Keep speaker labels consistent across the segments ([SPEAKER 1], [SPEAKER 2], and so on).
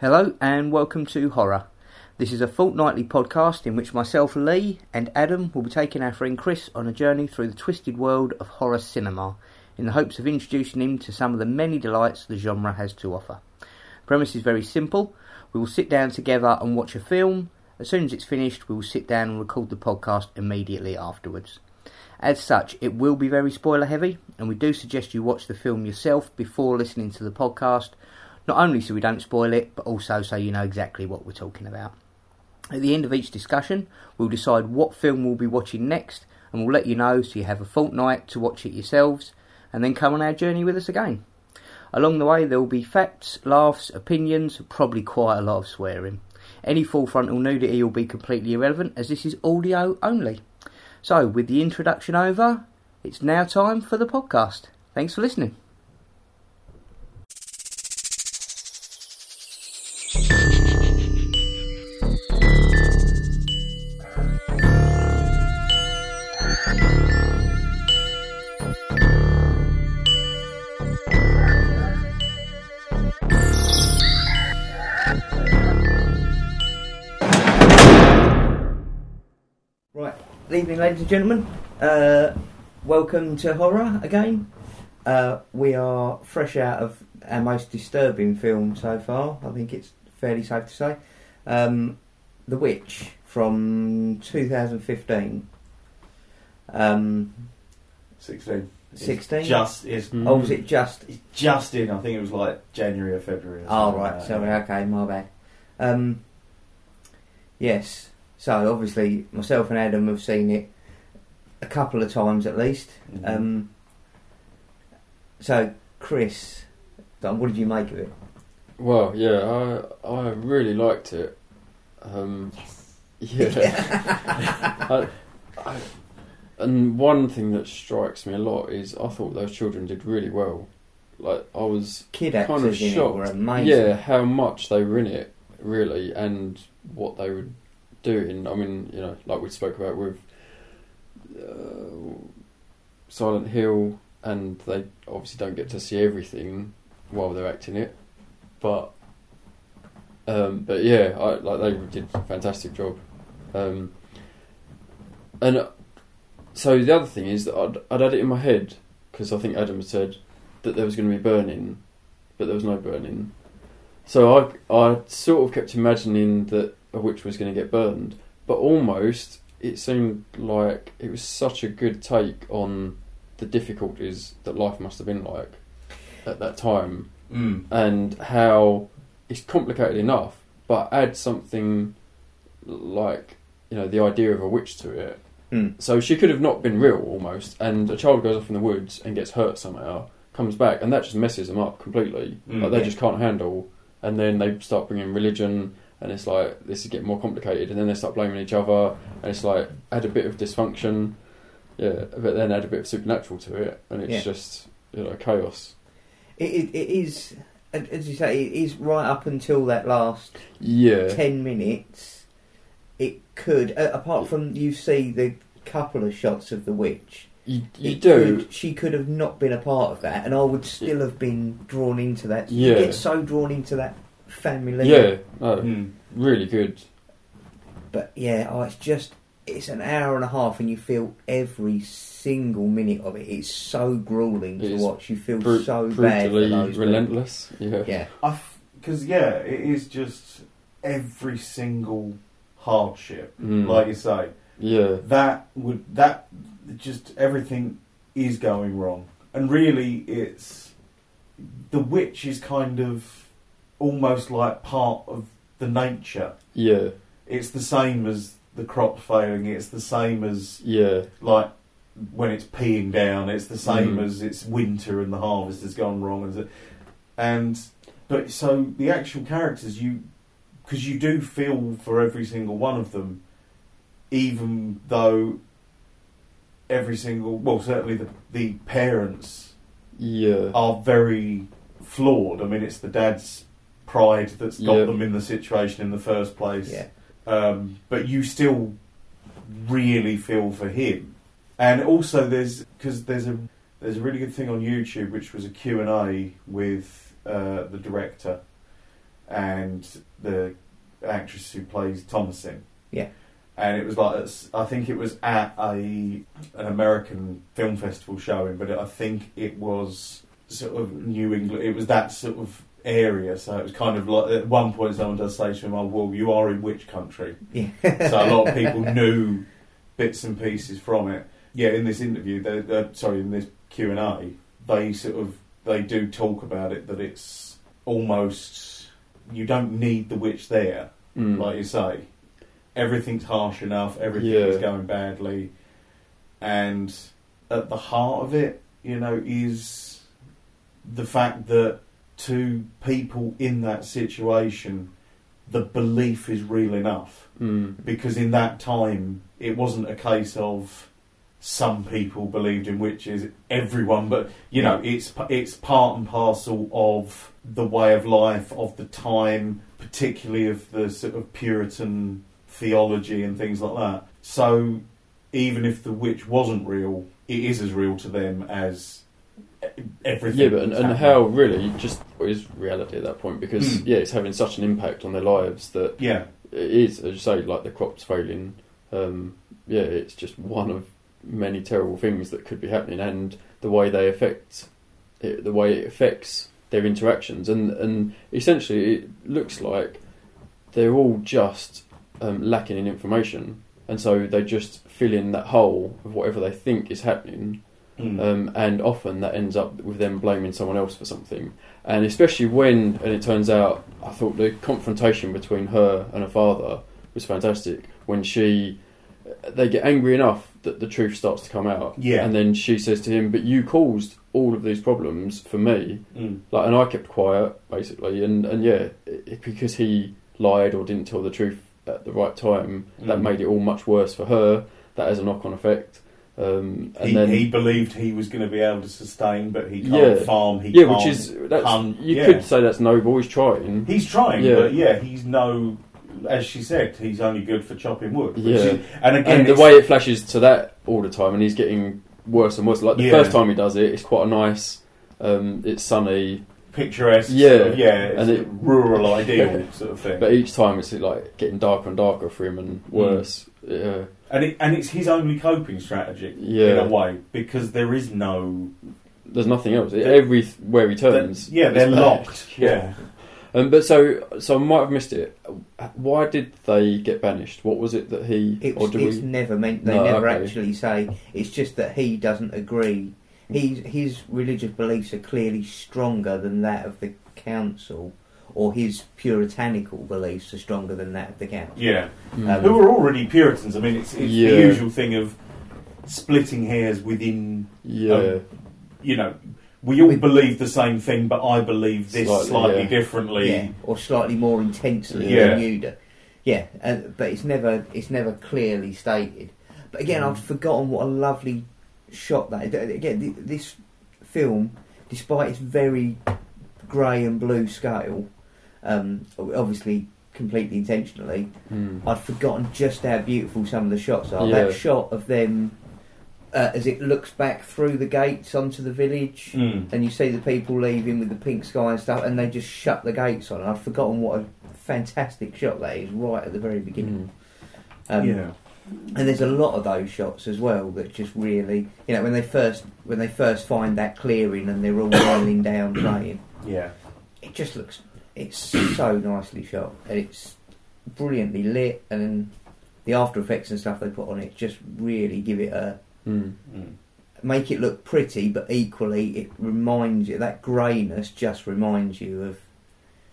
[SPEAKER 1] Hello and welcome to Horror. This is a fortnightly podcast in which myself, Lee, and Adam will be taking our friend Chris on a journey through the twisted world of horror cinema in the hopes of introducing him to some of the many delights the genre has to offer. The premise is very simple. We will sit down together and watch a film. As soon as it's finished, we will sit down and record the podcast immediately afterwards. As such, it will be very spoiler heavy, and we do suggest you watch the film yourself before listening to the podcast, not only so we don't spoil it, but also so you know exactly what we're talking about. At the end of each discussion, we'll decide what film we'll be watching next, and we'll let you know so you have a fortnight to watch it yourselves, and then come on our journey with us again. Along the way, there will be facts, laughs, opinions, probably quite a lot of swearing. Any full frontal nudity will be completely irrelevant as this is audio only. So, with the introduction over, it's now time for the podcast. Thanks for listening. Right, good evening, ladies and gentlemen. Uh, welcome to Horror again. Uh, we are fresh out of our most disturbing film so far, I think it's fairly safe to say. Um, the Witch from 2015. Um,
[SPEAKER 2] 16. It's
[SPEAKER 1] 16?
[SPEAKER 2] Just is
[SPEAKER 3] Mm.
[SPEAKER 1] Oh, was it just
[SPEAKER 2] it's just in. I think it was like January or February. Or
[SPEAKER 1] Oh
[SPEAKER 2] something
[SPEAKER 1] right,
[SPEAKER 2] like that.
[SPEAKER 1] sorry, okay, my bad. Um, yes, so obviously myself and Adam have seen it a couple of times at least.
[SPEAKER 3] Mm-hmm.
[SPEAKER 2] Mhm.
[SPEAKER 1] Um, so Chris, um, what did you make of it?
[SPEAKER 3] Well, yeah, I I really liked it. Um, yes. Yeah. I, I, and one thing that strikes me a lot is I thought those children did really well. Like I was,
[SPEAKER 1] Kid
[SPEAKER 3] Kind
[SPEAKER 1] actors
[SPEAKER 3] of
[SPEAKER 1] in it
[SPEAKER 3] shocked.
[SPEAKER 1] were amazing.
[SPEAKER 3] yeah, how much they were in it really, and what they were doing. I mean, you know, like we spoke about with uh, Silent Hill, and they obviously don't get to see everything while they're acting it, but um, but yeah, I, like they did a fantastic job, um, and uh, so the other thing is that I'd, I'd had it in my head because I think Adam had said that there was going to be burning, but there was no burning, so I I sort of kept imagining that a witch was going to get burned, but almost it seemed like it was such a good take on the difficulties that life must have been like at that time
[SPEAKER 2] Mm.
[SPEAKER 3] and how it's complicated enough, but add something like you know the idea of a witch to it.
[SPEAKER 1] Hmm.
[SPEAKER 3] So she could have not been real almost, and a child goes off in the woods and gets hurt somehow, comes back, and that just messes them up completely.
[SPEAKER 2] Mm,
[SPEAKER 3] like
[SPEAKER 1] Hmm.
[SPEAKER 3] they
[SPEAKER 1] yeah.
[SPEAKER 3] just can't handle, and then they start bringing religion, and it's like this is getting more complicated, and then they start blaming each other, and it's like add a bit of dysfunction, yeah, but then add a bit of supernatural to it, and it's
[SPEAKER 1] Yeah.
[SPEAKER 3] just you know chaos.
[SPEAKER 1] It, it, it is, and as you say, it is right up until that last
[SPEAKER 3] Yeah.
[SPEAKER 1] ten minutes. It could, uh, apart from you see the couple of shots of the witch.
[SPEAKER 3] You, you
[SPEAKER 1] It
[SPEAKER 3] do.
[SPEAKER 1] could- she could have not been a part of that, and I would still have been drawn into that. You
[SPEAKER 3] Yeah.
[SPEAKER 1] get so drawn into that family.
[SPEAKER 3] Yeah, no,
[SPEAKER 2] Mm.
[SPEAKER 3] really good.
[SPEAKER 1] But yeah, oh, it's just it's an hour and a half, and you feel every single minute of it. It's so grueling
[SPEAKER 3] It
[SPEAKER 1] to
[SPEAKER 3] is
[SPEAKER 1] watch. You feel
[SPEAKER 3] Bru-
[SPEAKER 1] so bad for
[SPEAKER 3] brutally
[SPEAKER 1] those
[SPEAKER 3] relentless. Yeah.
[SPEAKER 1] people. Yeah,
[SPEAKER 2] Because, yeah, it is just every single hardship.
[SPEAKER 3] Mm.
[SPEAKER 2] Like you say,
[SPEAKER 3] yeah,
[SPEAKER 2] that would, that, just everything is going wrong. And really, it's, the witch is kind of almost like part of the nature.
[SPEAKER 3] yeah,
[SPEAKER 2] It's the same as the crop failing, it's the same as
[SPEAKER 3] yeah,
[SPEAKER 2] like when it's peeing down, it's the same
[SPEAKER 3] Mm.
[SPEAKER 2] as it's winter and the harvest has gone wrong. As it, and but so the actual characters, you because you do feel for every single one of them, even though every single well certainly the the parents
[SPEAKER 3] yeah,
[SPEAKER 2] are very flawed. I mean, it's the dad's pride that's got
[SPEAKER 3] Yeah.
[SPEAKER 2] them in the situation in the first place
[SPEAKER 1] yeah,
[SPEAKER 2] um, but you still really feel for him. And also, there's because there's a there's a really good thing on YouTube which was a Q and A with uh, the director, and the actress who plays Thomasin.
[SPEAKER 4] Yeah.
[SPEAKER 2] And it was like it's- I think it was at a an American film festival showing, but I think it was sort of New England. It was that sort of area, so it was kind of like at one point someone does say to him, "Oh, well, you are in which country?"
[SPEAKER 4] Yeah.
[SPEAKER 2] so a lot of people knew bits and pieces from it. Yeah, in this interview, they, they, sorry, in this Q and A, they sort of they do talk about it that it's almost you don't need the witch there,
[SPEAKER 3] Mm.
[SPEAKER 2] like you say. Everything's harsh enough. Everything's
[SPEAKER 3] Yeah.
[SPEAKER 2] going badly, and at the heart of it, you know, is the fact that to people in that situation, the belief is real enough
[SPEAKER 3] mm.
[SPEAKER 2] because in that time it wasn't a case of some people believed in witches everyone but you know it's it's part and parcel of the way of life of the time particularly of the sort of puritan theology and things like that so even if the witch wasn't real it is as real to them as e- everything
[SPEAKER 3] Yeah, but and,
[SPEAKER 2] that's
[SPEAKER 3] and
[SPEAKER 2] happening.
[SPEAKER 3] how really just what is reality at that point because
[SPEAKER 2] Mm.
[SPEAKER 3] yeah, it's having such an impact on their lives that
[SPEAKER 2] yeah
[SPEAKER 3] it is, as you say, like the crops failing. Um, yeah, it's just one of many terrible things that could be happening, and the way they affect, it, the way it affects their interactions, and and essentially it looks like they're all just um, lacking in information, and so they just fill in that hole of whatever they think is happening
[SPEAKER 2] Mm.
[SPEAKER 3] um, and often that ends up with them blaming someone else for something. And especially when, and it turns out, I thought the confrontation between her and her father was fantastic. When she, they get angry enough that the truth starts to come out.
[SPEAKER 2] Yeah.
[SPEAKER 3] And then she says to him, "But you caused all of these problems for me."
[SPEAKER 2] Mm.
[SPEAKER 3] Like, and I kept quiet basically. And and yeah, it, because he lied or didn't tell the truth at the right time, that
[SPEAKER 2] Mm.
[SPEAKER 3] made it all much worse for her. That has a knock-on effect. Um, and
[SPEAKER 2] he,
[SPEAKER 3] then
[SPEAKER 2] he believed he was going to be able to sustain but he can't
[SPEAKER 3] Yeah.
[SPEAKER 2] farm he
[SPEAKER 3] yeah,
[SPEAKER 2] can't
[SPEAKER 3] which is that's,
[SPEAKER 2] um,
[SPEAKER 3] you
[SPEAKER 2] yeah.
[SPEAKER 3] could say that's noble. He's trying.
[SPEAKER 2] He's trying,
[SPEAKER 3] Yeah.
[SPEAKER 2] but yeah, he's no. As she said, he's only good for chopping wood. which
[SPEAKER 3] Yeah.
[SPEAKER 2] is- and again,
[SPEAKER 3] and the
[SPEAKER 2] it's-
[SPEAKER 3] way it flashes to that all the time, and he's getting worse and worse. Like the
[SPEAKER 2] Yeah.
[SPEAKER 3] first time he does it, it's quite a nice. Um, it's sunny,
[SPEAKER 2] picturesque,
[SPEAKER 3] Yeah.
[SPEAKER 2] sort of, yeah, it's
[SPEAKER 3] And
[SPEAKER 2] a
[SPEAKER 3] it-
[SPEAKER 2] rural ideal sort of thing.
[SPEAKER 3] but each time it's like getting darker and darker for him
[SPEAKER 2] Mm.
[SPEAKER 3] and worse. Yeah,
[SPEAKER 2] and it, and it's his only coping strategy in
[SPEAKER 3] yeah.
[SPEAKER 2] a way because there is no
[SPEAKER 3] There's nothing else.
[SPEAKER 2] They-
[SPEAKER 3] Every where he turns,
[SPEAKER 2] yeah, they're
[SPEAKER 3] it's bad.
[SPEAKER 2] locked. Yeah,
[SPEAKER 3] Um, but so, so I might have missed it. Why did they get banished? What was it that he
[SPEAKER 4] It's,
[SPEAKER 3] or do
[SPEAKER 4] it's
[SPEAKER 3] we?
[SPEAKER 4] never meant. They
[SPEAKER 3] No,
[SPEAKER 4] never
[SPEAKER 3] okay.
[SPEAKER 4] actually say. It's just that he doesn't agree. He's, his religious beliefs are clearly stronger than that of the council, or his puritanical beliefs are stronger than that of the council.
[SPEAKER 2] yeah.
[SPEAKER 3] Mm.
[SPEAKER 2] Who are already Puritans? I mean, it's, it's
[SPEAKER 3] Yeah.
[SPEAKER 2] the usual thing of splitting hairs within.
[SPEAKER 3] yeah,
[SPEAKER 2] um, You know, we all
[SPEAKER 4] With-
[SPEAKER 2] believe the same thing, but I believe this
[SPEAKER 3] Slightly,
[SPEAKER 2] slightly,
[SPEAKER 3] yeah.
[SPEAKER 2] differently.
[SPEAKER 4] Yeah, or slightly more intensely
[SPEAKER 2] Yeah.
[SPEAKER 4] than you do. Yeah, uh, but it's never it's never clearly stated. But again,
[SPEAKER 2] Mm.
[SPEAKER 4] I'd forgotten what a lovely shot that. th- Again, th- this film, despite its very grey and blue scale, um, obviously completely intentionally,
[SPEAKER 3] Mm.
[SPEAKER 4] I'd forgotten just how beautiful some of the shots are.
[SPEAKER 3] Yeah.
[SPEAKER 4] That shot of them uh, as it looks back through the gates onto the village
[SPEAKER 2] Mm.
[SPEAKER 4] and you see the people leaving with the pink sky and stuff, and they just shut the gates on. I've forgotten what a fantastic shot that is right at the very beginning.
[SPEAKER 3] Mm.
[SPEAKER 4] Um,
[SPEAKER 2] yeah.
[SPEAKER 4] And there's a lot of those shots as well that just really, you know, when they first when they first find that clearing and they're all kneeling down playing,
[SPEAKER 2] Yeah.
[SPEAKER 4] it just looks it's so nicely shot and it's brilliantly lit and the after effects and stuff they put on it just really give it a
[SPEAKER 3] Mm.
[SPEAKER 2] Mm.
[SPEAKER 4] make it look pretty, but equally it reminds you that greyness just reminds you of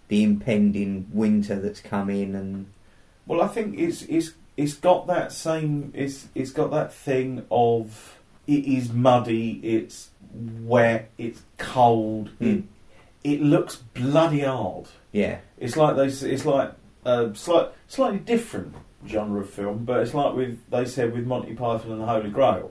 [SPEAKER 4] the impending winter that's come in, and
[SPEAKER 2] Well, I think it's it's it's got that same it's it's got that thing of it is muddy, it's wet, it's cold,
[SPEAKER 4] Hmm.
[SPEAKER 2] it it looks bloody hard.
[SPEAKER 4] yeah,
[SPEAKER 2] It's like they s- it's like a slight slightly different genre of film, but it's like with they said with Monty Python and the Holy Grail,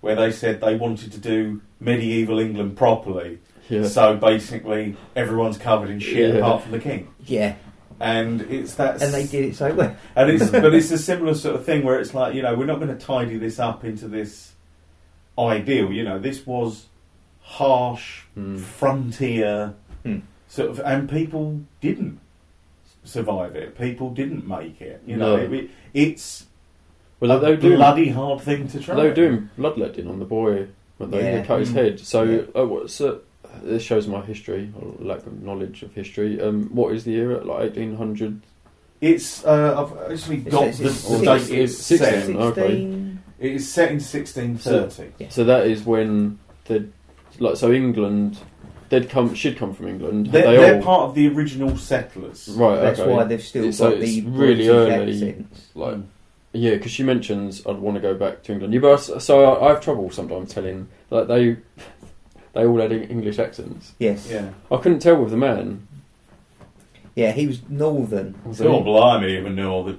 [SPEAKER 2] where they said they wanted to do medieval England properly.
[SPEAKER 3] Yeah.
[SPEAKER 2] So basically, everyone's covered in shit
[SPEAKER 3] Yeah.
[SPEAKER 2] apart from the king,
[SPEAKER 4] yeah,
[SPEAKER 2] and it's that
[SPEAKER 4] and they
[SPEAKER 2] s-
[SPEAKER 4] did it so well.
[SPEAKER 2] and it's but it's a similar sort of thing where it's like you know we're not going to tidy this up into this ideal. You know, this was harsh
[SPEAKER 3] Mm.
[SPEAKER 2] frontier
[SPEAKER 4] Hmm.
[SPEAKER 2] sort of, and people didn't. survive it. People didn't make it. You
[SPEAKER 3] No.
[SPEAKER 2] know, it, it's
[SPEAKER 3] Well,
[SPEAKER 2] a
[SPEAKER 3] they were doing
[SPEAKER 2] bloody hard thing to try.
[SPEAKER 3] they were doing bloodletting on the boy when they
[SPEAKER 2] Yeah.
[SPEAKER 3] cut his
[SPEAKER 2] Mm.
[SPEAKER 3] head. So,
[SPEAKER 2] Yeah.
[SPEAKER 3] uh, what's uh, this shows my history or lack of knowledge of history. Um, what is the era like eighteen hundred?
[SPEAKER 2] It's uh, I've actually
[SPEAKER 4] It's-
[SPEAKER 2] got
[SPEAKER 4] it's-
[SPEAKER 2] the,
[SPEAKER 4] it's
[SPEAKER 2] the
[SPEAKER 4] six-
[SPEAKER 2] date it's
[SPEAKER 3] it's six
[SPEAKER 2] set.
[SPEAKER 3] then, okay.
[SPEAKER 2] It is set in 1630.
[SPEAKER 4] Yeah.
[SPEAKER 3] So that is when the like so England they'd come she'd come from England. Had
[SPEAKER 2] they're
[SPEAKER 3] they
[SPEAKER 2] they're
[SPEAKER 3] all-
[SPEAKER 2] part of the original settlers.
[SPEAKER 3] right.
[SPEAKER 4] That's
[SPEAKER 3] okay.
[SPEAKER 4] why they've still
[SPEAKER 3] So
[SPEAKER 4] got
[SPEAKER 3] it's
[SPEAKER 4] the
[SPEAKER 3] really
[SPEAKER 4] British
[SPEAKER 3] early.
[SPEAKER 4] accents.
[SPEAKER 3] like Yeah, because she mentions I'd want to go back to England. You but I- so I, I have trouble sometimes telling like they they all had Eng- English accents.
[SPEAKER 4] Yes. Yeah.
[SPEAKER 2] Yeah.
[SPEAKER 3] I couldn't tell with the man.
[SPEAKER 4] he was northern,
[SPEAKER 3] Was
[SPEAKER 2] God,
[SPEAKER 3] he-
[SPEAKER 2] blimey, even knew all the.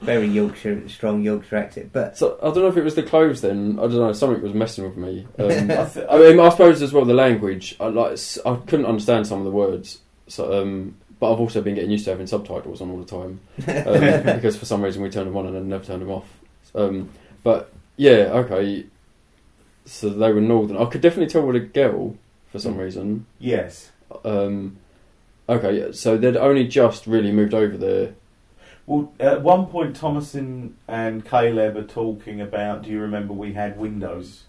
[SPEAKER 4] very Yorkshire, strong Yorkshire accent. But
[SPEAKER 3] So I don't know if it was the clothes. Then I don't know. Something was messing with me. Um,
[SPEAKER 2] I th-
[SPEAKER 3] I mean, I suppose as well the language. I like s- I couldn't understand some of the words. So, um, but I've also been getting used to having subtitles on all the time um, because for some reason we turned them on and then never turned them off. Um, but yeah, okay. So they were northern. I could definitely tell with a girl for some reason.
[SPEAKER 2] yes.
[SPEAKER 3] Um, okay, yeah, so they'd only just really moved over there.
[SPEAKER 2] Well, at one point, Thomason and Caleb are talking about. Do you remember we had windows?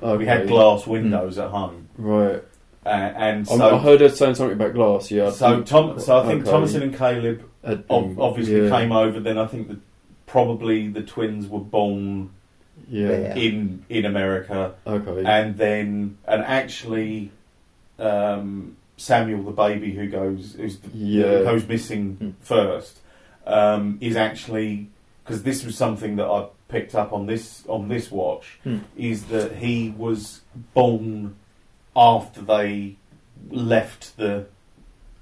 [SPEAKER 3] Okay. Hmm.
[SPEAKER 2] We had glass windows at home,
[SPEAKER 3] Right.
[SPEAKER 2] uh, and
[SPEAKER 3] I- I
[SPEAKER 2] so
[SPEAKER 3] heard her saying something about glass. Yeah. I
[SPEAKER 2] so
[SPEAKER 3] think-
[SPEAKER 2] Tom. So I think
[SPEAKER 3] okay.
[SPEAKER 2] Thomason and Caleb
[SPEAKER 3] Had
[SPEAKER 2] ob-
[SPEAKER 3] been-
[SPEAKER 2] obviously
[SPEAKER 3] yeah,
[SPEAKER 2] came over. Then I think that probably the twins were born
[SPEAKER 3] Yeah.
[SPEAKER 4] there.
[SPEAKER 2] in in America,
[SPEAKER 3] Okay.
[SPEAKER 2] and then and actually, um, Samuel, the baby who goes who's the
[SPEAKER 3] Yeah.
[SPEAKER 2] goes missing
[SPEAKER 4] Hmm.
[SPEAKER 2] first um, is actually because this was something that I picked up on this on this watch
[SPEAKER 4] Hmm.
[SPEAKER 2] is that he was born after they left the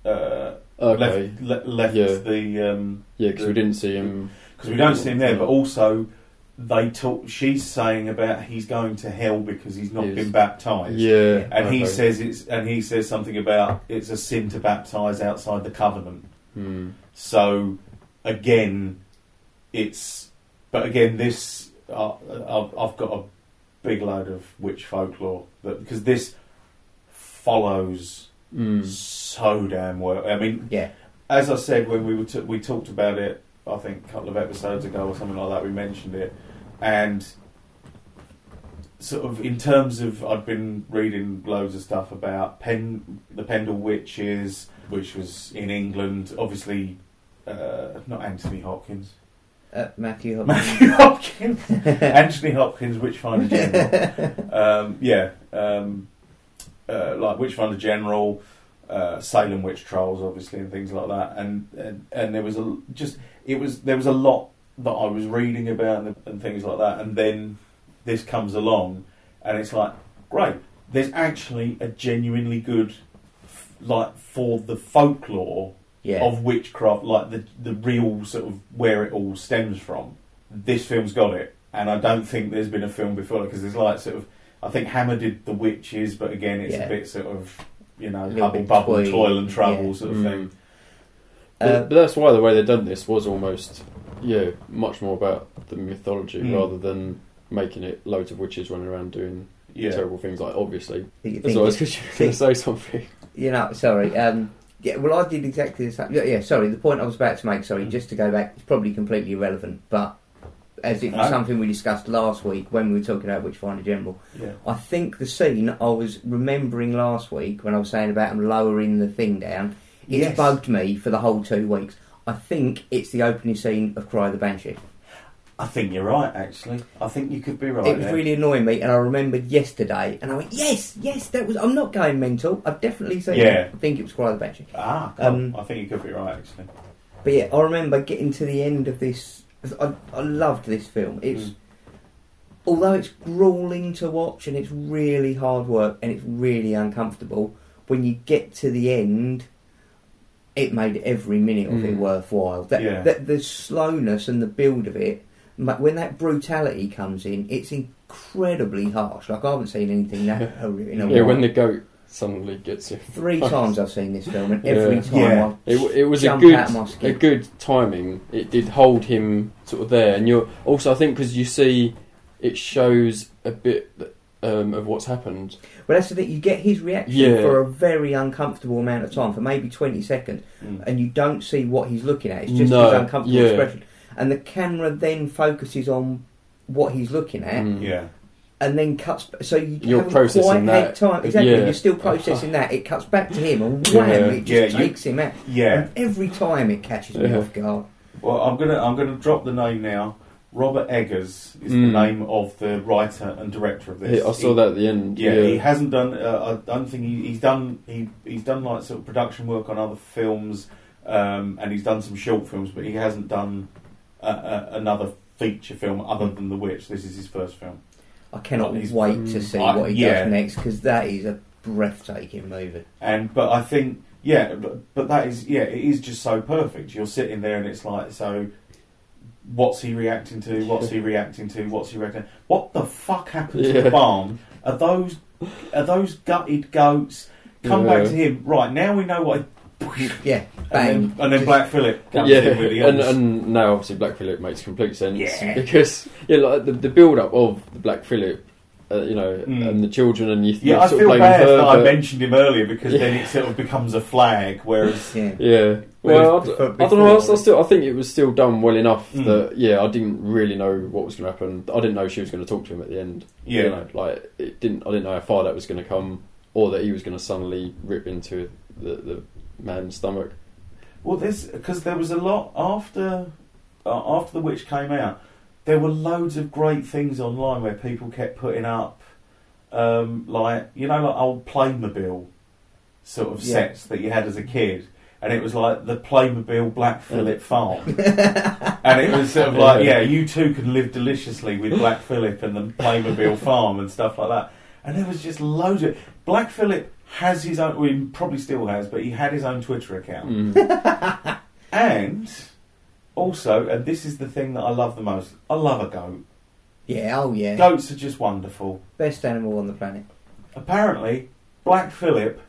[SPEAKER 2] uh,
[SPEAKER 3] Okay.
[SPEAKER 2] left le- left
[SPEAKER 3] Yeah.
[SPEAKER 2] the um
[SPEAKER 3] Yeah, because we didn't see him.
[SPEAKER 2] because we don't see him there, but also. They talk. She's saying about he's going to hell because he's not
[SPEAKER 3] He was-
[SPEAKER 2] been baptized,
[SPEAKER 3] Yeah.
[SPEAKER 2] and he
[SPEAKER 3] okay.
[SPEAKER 2] says it's. And he says something about it's a sin to baptize outside the covenant.
[SPEAKER 3] Hmm.
[SPEAKER 2] So again, it's but again this I I've, I've got a big load of witch folklore that because this follows
[SPEAKER 3] Hmm.
[SPEAKER 2] so damn well. I mean,
[SPEAKER 4] yeah,
[SPEAKER 2] as I said when we were t- we talked about it, I think a couple of episodes ago or something like that, we mentioned it, and sort of in terms of I'd been reading loads of stuff about Pen the Pendle Witches, which was in England, obviously. Uh, not Anthony Hopkins.
[SPEAKER 4] uh, Matthew Hopkins.
[SPEAKER 2] Matthew Hopkins. Anthony Hopkins, Witchfinder General. um, yeah, um, uh, like Witchfinder General, uh, Salem witch trials, obviously, and things like that. And and, and there was a just it was there was a lot that I was reading about and, and things like that. And then this comes along, and it's like great. There's actually a genuinely good f- like for the folklore
[SPEAKER 4] yeah,
[SPEAKER 2] of witchcraft, like the the real sort of where it all stems from. This film's got it, and I don't think there's been a film before because there's like sort of I think Hammer did the witches, but again it's
[SPEAKER 4] Yeah.
[SPEAKER 2] a bit sort of you know
[SPEAKER 4] Little
[SPEAKER 2] hubble
[SPEAKER 4] bit
[SPEAKER 2] bubble
[SPEAKER 4] twee,
[SPEAKER 2] toil and trouble
[SPEAKER 4] yeah.
[SPEAKER 2] sort of
[SPEAKER 3] Hmm.
[SPEAKER 2] thing.
[SPEAKER 4] Uh,
[SPEAKER 3] but, but that's why the way they done this was almost, yeah, much more about the mythology
[SPEAKER 2] Hmm.
[SPEAKER 3] rather than making it loads of witches running around doing
[SPEAKER 2] Yeah,
[SPEAKER 3] terrible things. Like obviously,
[SPEAKER 4] you
[SPEAKER 3] that's
[SPEAKER 4] think
[SPEAKER 3] always because you're going to say something.
[SPEAKER 4] You know, sorry. Um, yeah, well, I did exactly the same. Yeah, yeah, sorry. The point I was about to make, sorry,
[SPEAKER 2] Mm.
[SPEAKER 4] just to go back, it's probably completely irrelevant, but as it was
[SPEAKER 2] No.
[SPEAKER 4] something we discussed last week when we were talking about Witchfinder General,
[SPEAKER 2] yeah,
[SPEAKER 4] I think the scene I was remembering last week when I was saying about them lowering the thing down, it's
[SPEAKER 2] Yes.
[SPEAKER 4] bugged me for the whole two weeks. I think it's the opening scene of Cry of the Banshee.
[SPEAKER 2] I think you're right. Actually, I think you could be right.
[SPEAKER 4] it was
[SPEAKER 2] there.
[SPEAKER 4] really annoying me, and I remembered yesterday, and I went, yes, yes, that was. I'm not going mental. I've definitely seen
[SPEAKER 2] Yeah.
[SPEAKER 4] it. I think it was Cry of the Banshee.
[SPEAKER 2] ah,
[SPEAKER 4] Um,
[SPEAKER 2] cool. I think you could be right. Actually,
[SPEAKER 4] But yeah, I remember getting to the end of this. I, I loved this film. It's
[SPEAKER 2] Mm.
[SPEAKER 4] although it's grueling to watch and it's really hard work and it's really uncomfortable. When you get to the end, it made every minute of it
[SPEAKER 3] Mm.
[SPEAKER 4] worthwhile. That,
[SPEAKER 2] Yeah.
[SPEAKER 4] that the slowness and the build of it. ma- When that brutality comes in, it's incredibly harsh. Like I haven't seen anything that horrific. in a
[SPEAKER 3] yeah,
[SPEAKER 4] while.
[SPEAKER 3] when the goat suddenly gets you.
[SPEAKER 4] three times I've seen this film, and
[SPEAKER 3] Yeah.
[SPEAKER 4] every time
[SPEAKER 2] Yeah.
[SPEAKER 4] I
[SPEAKER 3] It, w- it was a
[SPEAKER 4] jump
[SPEAKER 3] good,
[SPEAKER 4] out of my
[SPEAKER 3] a
[SPEAKER 4] skin.
[SPEAKER 3] good timing. It did hold him sort of there, and you're also I think because you see, it shows a bit that um, of what's happened.
[SPEAKER 4] Well, that's the thing. You get his reaction
[SPEAKER 3] Yeah.
[SPEAKER 4] for a very uncomfortable amount of time, for maybe twenty seconds,
[SPEAKER 2] Mm.
[SPEAKER 4] and you don't see what he's looking at. It's just
[SPEAKER 3] No,
[SPEAKER 4] his uncomfortable
[SPEAKER 3] yeah.
[SPEAKER 4] expression, and the camera then focuses on what he's looking at,
[SPEAKER 3] Mm.
[SPEAKER 2] Yeah.
[SPEAKER 4] and then cuts. So you
[SPEAKER 3] You're
[SPEAKER 4] haven't
[SPEAKER 3] processing
[SPEAKER 4] quite had
[SPEAKER 3] that.
[SPEAKER 4] time. Exactly,
[SPEAKER 3] Yeah.
[SPEAKER 4] you're still processing that. It cuts back to him, and
[SPEAKER 3] Yeah.
[SPEAKER 4] wham, it just
[SPEAKER 2] Yeah, you-
[SPEAKER 4] takes him out.
[SPEAKER 2] Yeah.
[SPEAKER 4] And every time it catches me
[SPEAKER 3] Yeah.
[SPEAKER 4] off guard.
[SPEAKER 2] Well, I'm gonna I'm gonna drop the name now. Robert Eggers is
[SPEAKER 3] Mm.
[SPEAKER 2] the name of the writer and director of this.
[SPEAKER 3] I saw that at the end.
[SPEAKER 2] Yeah,
[SPEAKER 3] Yeah,
[SPEAKER 2] he hasn't done. Uh, I don't think he, he's done. He he's done like sort of production work on other films, um, and he's done some short films, but he hasn't done uh, uh, another feature film other than The Witch. This is his first film.
[SPEAKER 4] I cannot
[SPEAKER 2] He's-
[SPEAKER 4] wait to see
[SPEAKER 2] mm, I-
[SPEAKER 4] what he
[SPEAKER 2] yeah.
[SPEAKER 4] does next because that is a breathtaking movie.
[SPEAKER 2] And but I think yeah, but, but that is yeah, it is just so perfect. You're sitting there and it's like so. What's he reacting to? What's he reacting to? What's he reacting? What the fuck happened to
[SPEAKER 3] Yeah.
[SPEAKER 2] the barn? Are those are those gutted goats? Come back
[SPEAKER 3] Yeah.
[SPEAKER 2] to him right now. We know what.
[SPEAKER 4] Yeah,
[SPEAKER 2] And
[SPEAKER 4] bang.
[SPEAKER 2] then, and then
[SPEAKER 4] Just-
[SPEAKER 2] Black Phillip comes
[SPEAKER 3] yeah,
[SPEAKER 2] in with the
[SPEAKER 3] and,
[SPEAKER 2] others.
[SPEAKER 3] and now obviously Black Phillip makes complete sense
[SPEAKER 4] Yeah.
[SPEAKER 3] because yeah, like the, the build up of the Black Phillip, uh, you know,
[SPEAKER 2] Mm.
[SPEAKER 3] and the children, and you
[SPEAKER 2] yeah,
[SPEAKER 3] you're
[SPEAKER 2] I
[SPEAKER 3] sort
[SPEAKER 2] feel
[SPEAKER 3] of blaming
[SPEAKER 2] bad
[SPEAKER 3] her,
[SPEAKER 2] that I
[SPEAKER 3] but-
[SPEAKER 2] mentioned him earlier because
[SPEAKER 3] Yeah.
[SPEAKER 2] then it sort of becomes a flag, whereas
[SPEAKER 4] Yeah.
[SPEAKER 3] Yeah.
[SPEAKER 4] Whereas
[SPEAKER 3] Well, I d-
[SPEAKER 4] before-
[SPEAKER 3] I don't know. I,
[SPEAKER 4] before-
[SPEAKER 3] s- I still, I think it was still done well enough
[SPEAKER 2] Mm.
[SPEAKER 3] that yeah, I didn't really know what was going to happen. I didn't know she was going to talk to him at the end.
[SPEAKER 2] yeah,
[SPEAKER 3] You know, like it didn't. I didn't know how far that was going to come, or that he was going to suddenly rip into the, the man's stomach.
[SPEAKER 2] well, there's because there was a lot after uh, after the witch came out. There were loads of great things online where people kept putting up, um, like you know, like old Playmobil sort of
[SPEAKER 4] Yeah.
[SPEAKER 2] sets that you had as a kid. And it was like the Playmobil Black Phillip farm, and it was sort of like, yeah,
[SPEAKER 3] Yeah.
[SPEAKER 2] you too can live deliciously with Black Phillip and the Playmobil farm and stuff like that. And there was just loads of Black Phillip has his own. Well, he probably still has, but he had his own Twitter account.
[SPEAKER 3] Mm.
[SPEAKER 2] And also, and this is the thing that I love the most. I love a goat.
[SPEAKER 4] Yeah, oh yeah.
[SPEAKER 2] Goats are just wonderful.
[SPEAKER 4] Best animal on the planet.
[SPEAKER 2] Apparently, Black Phillip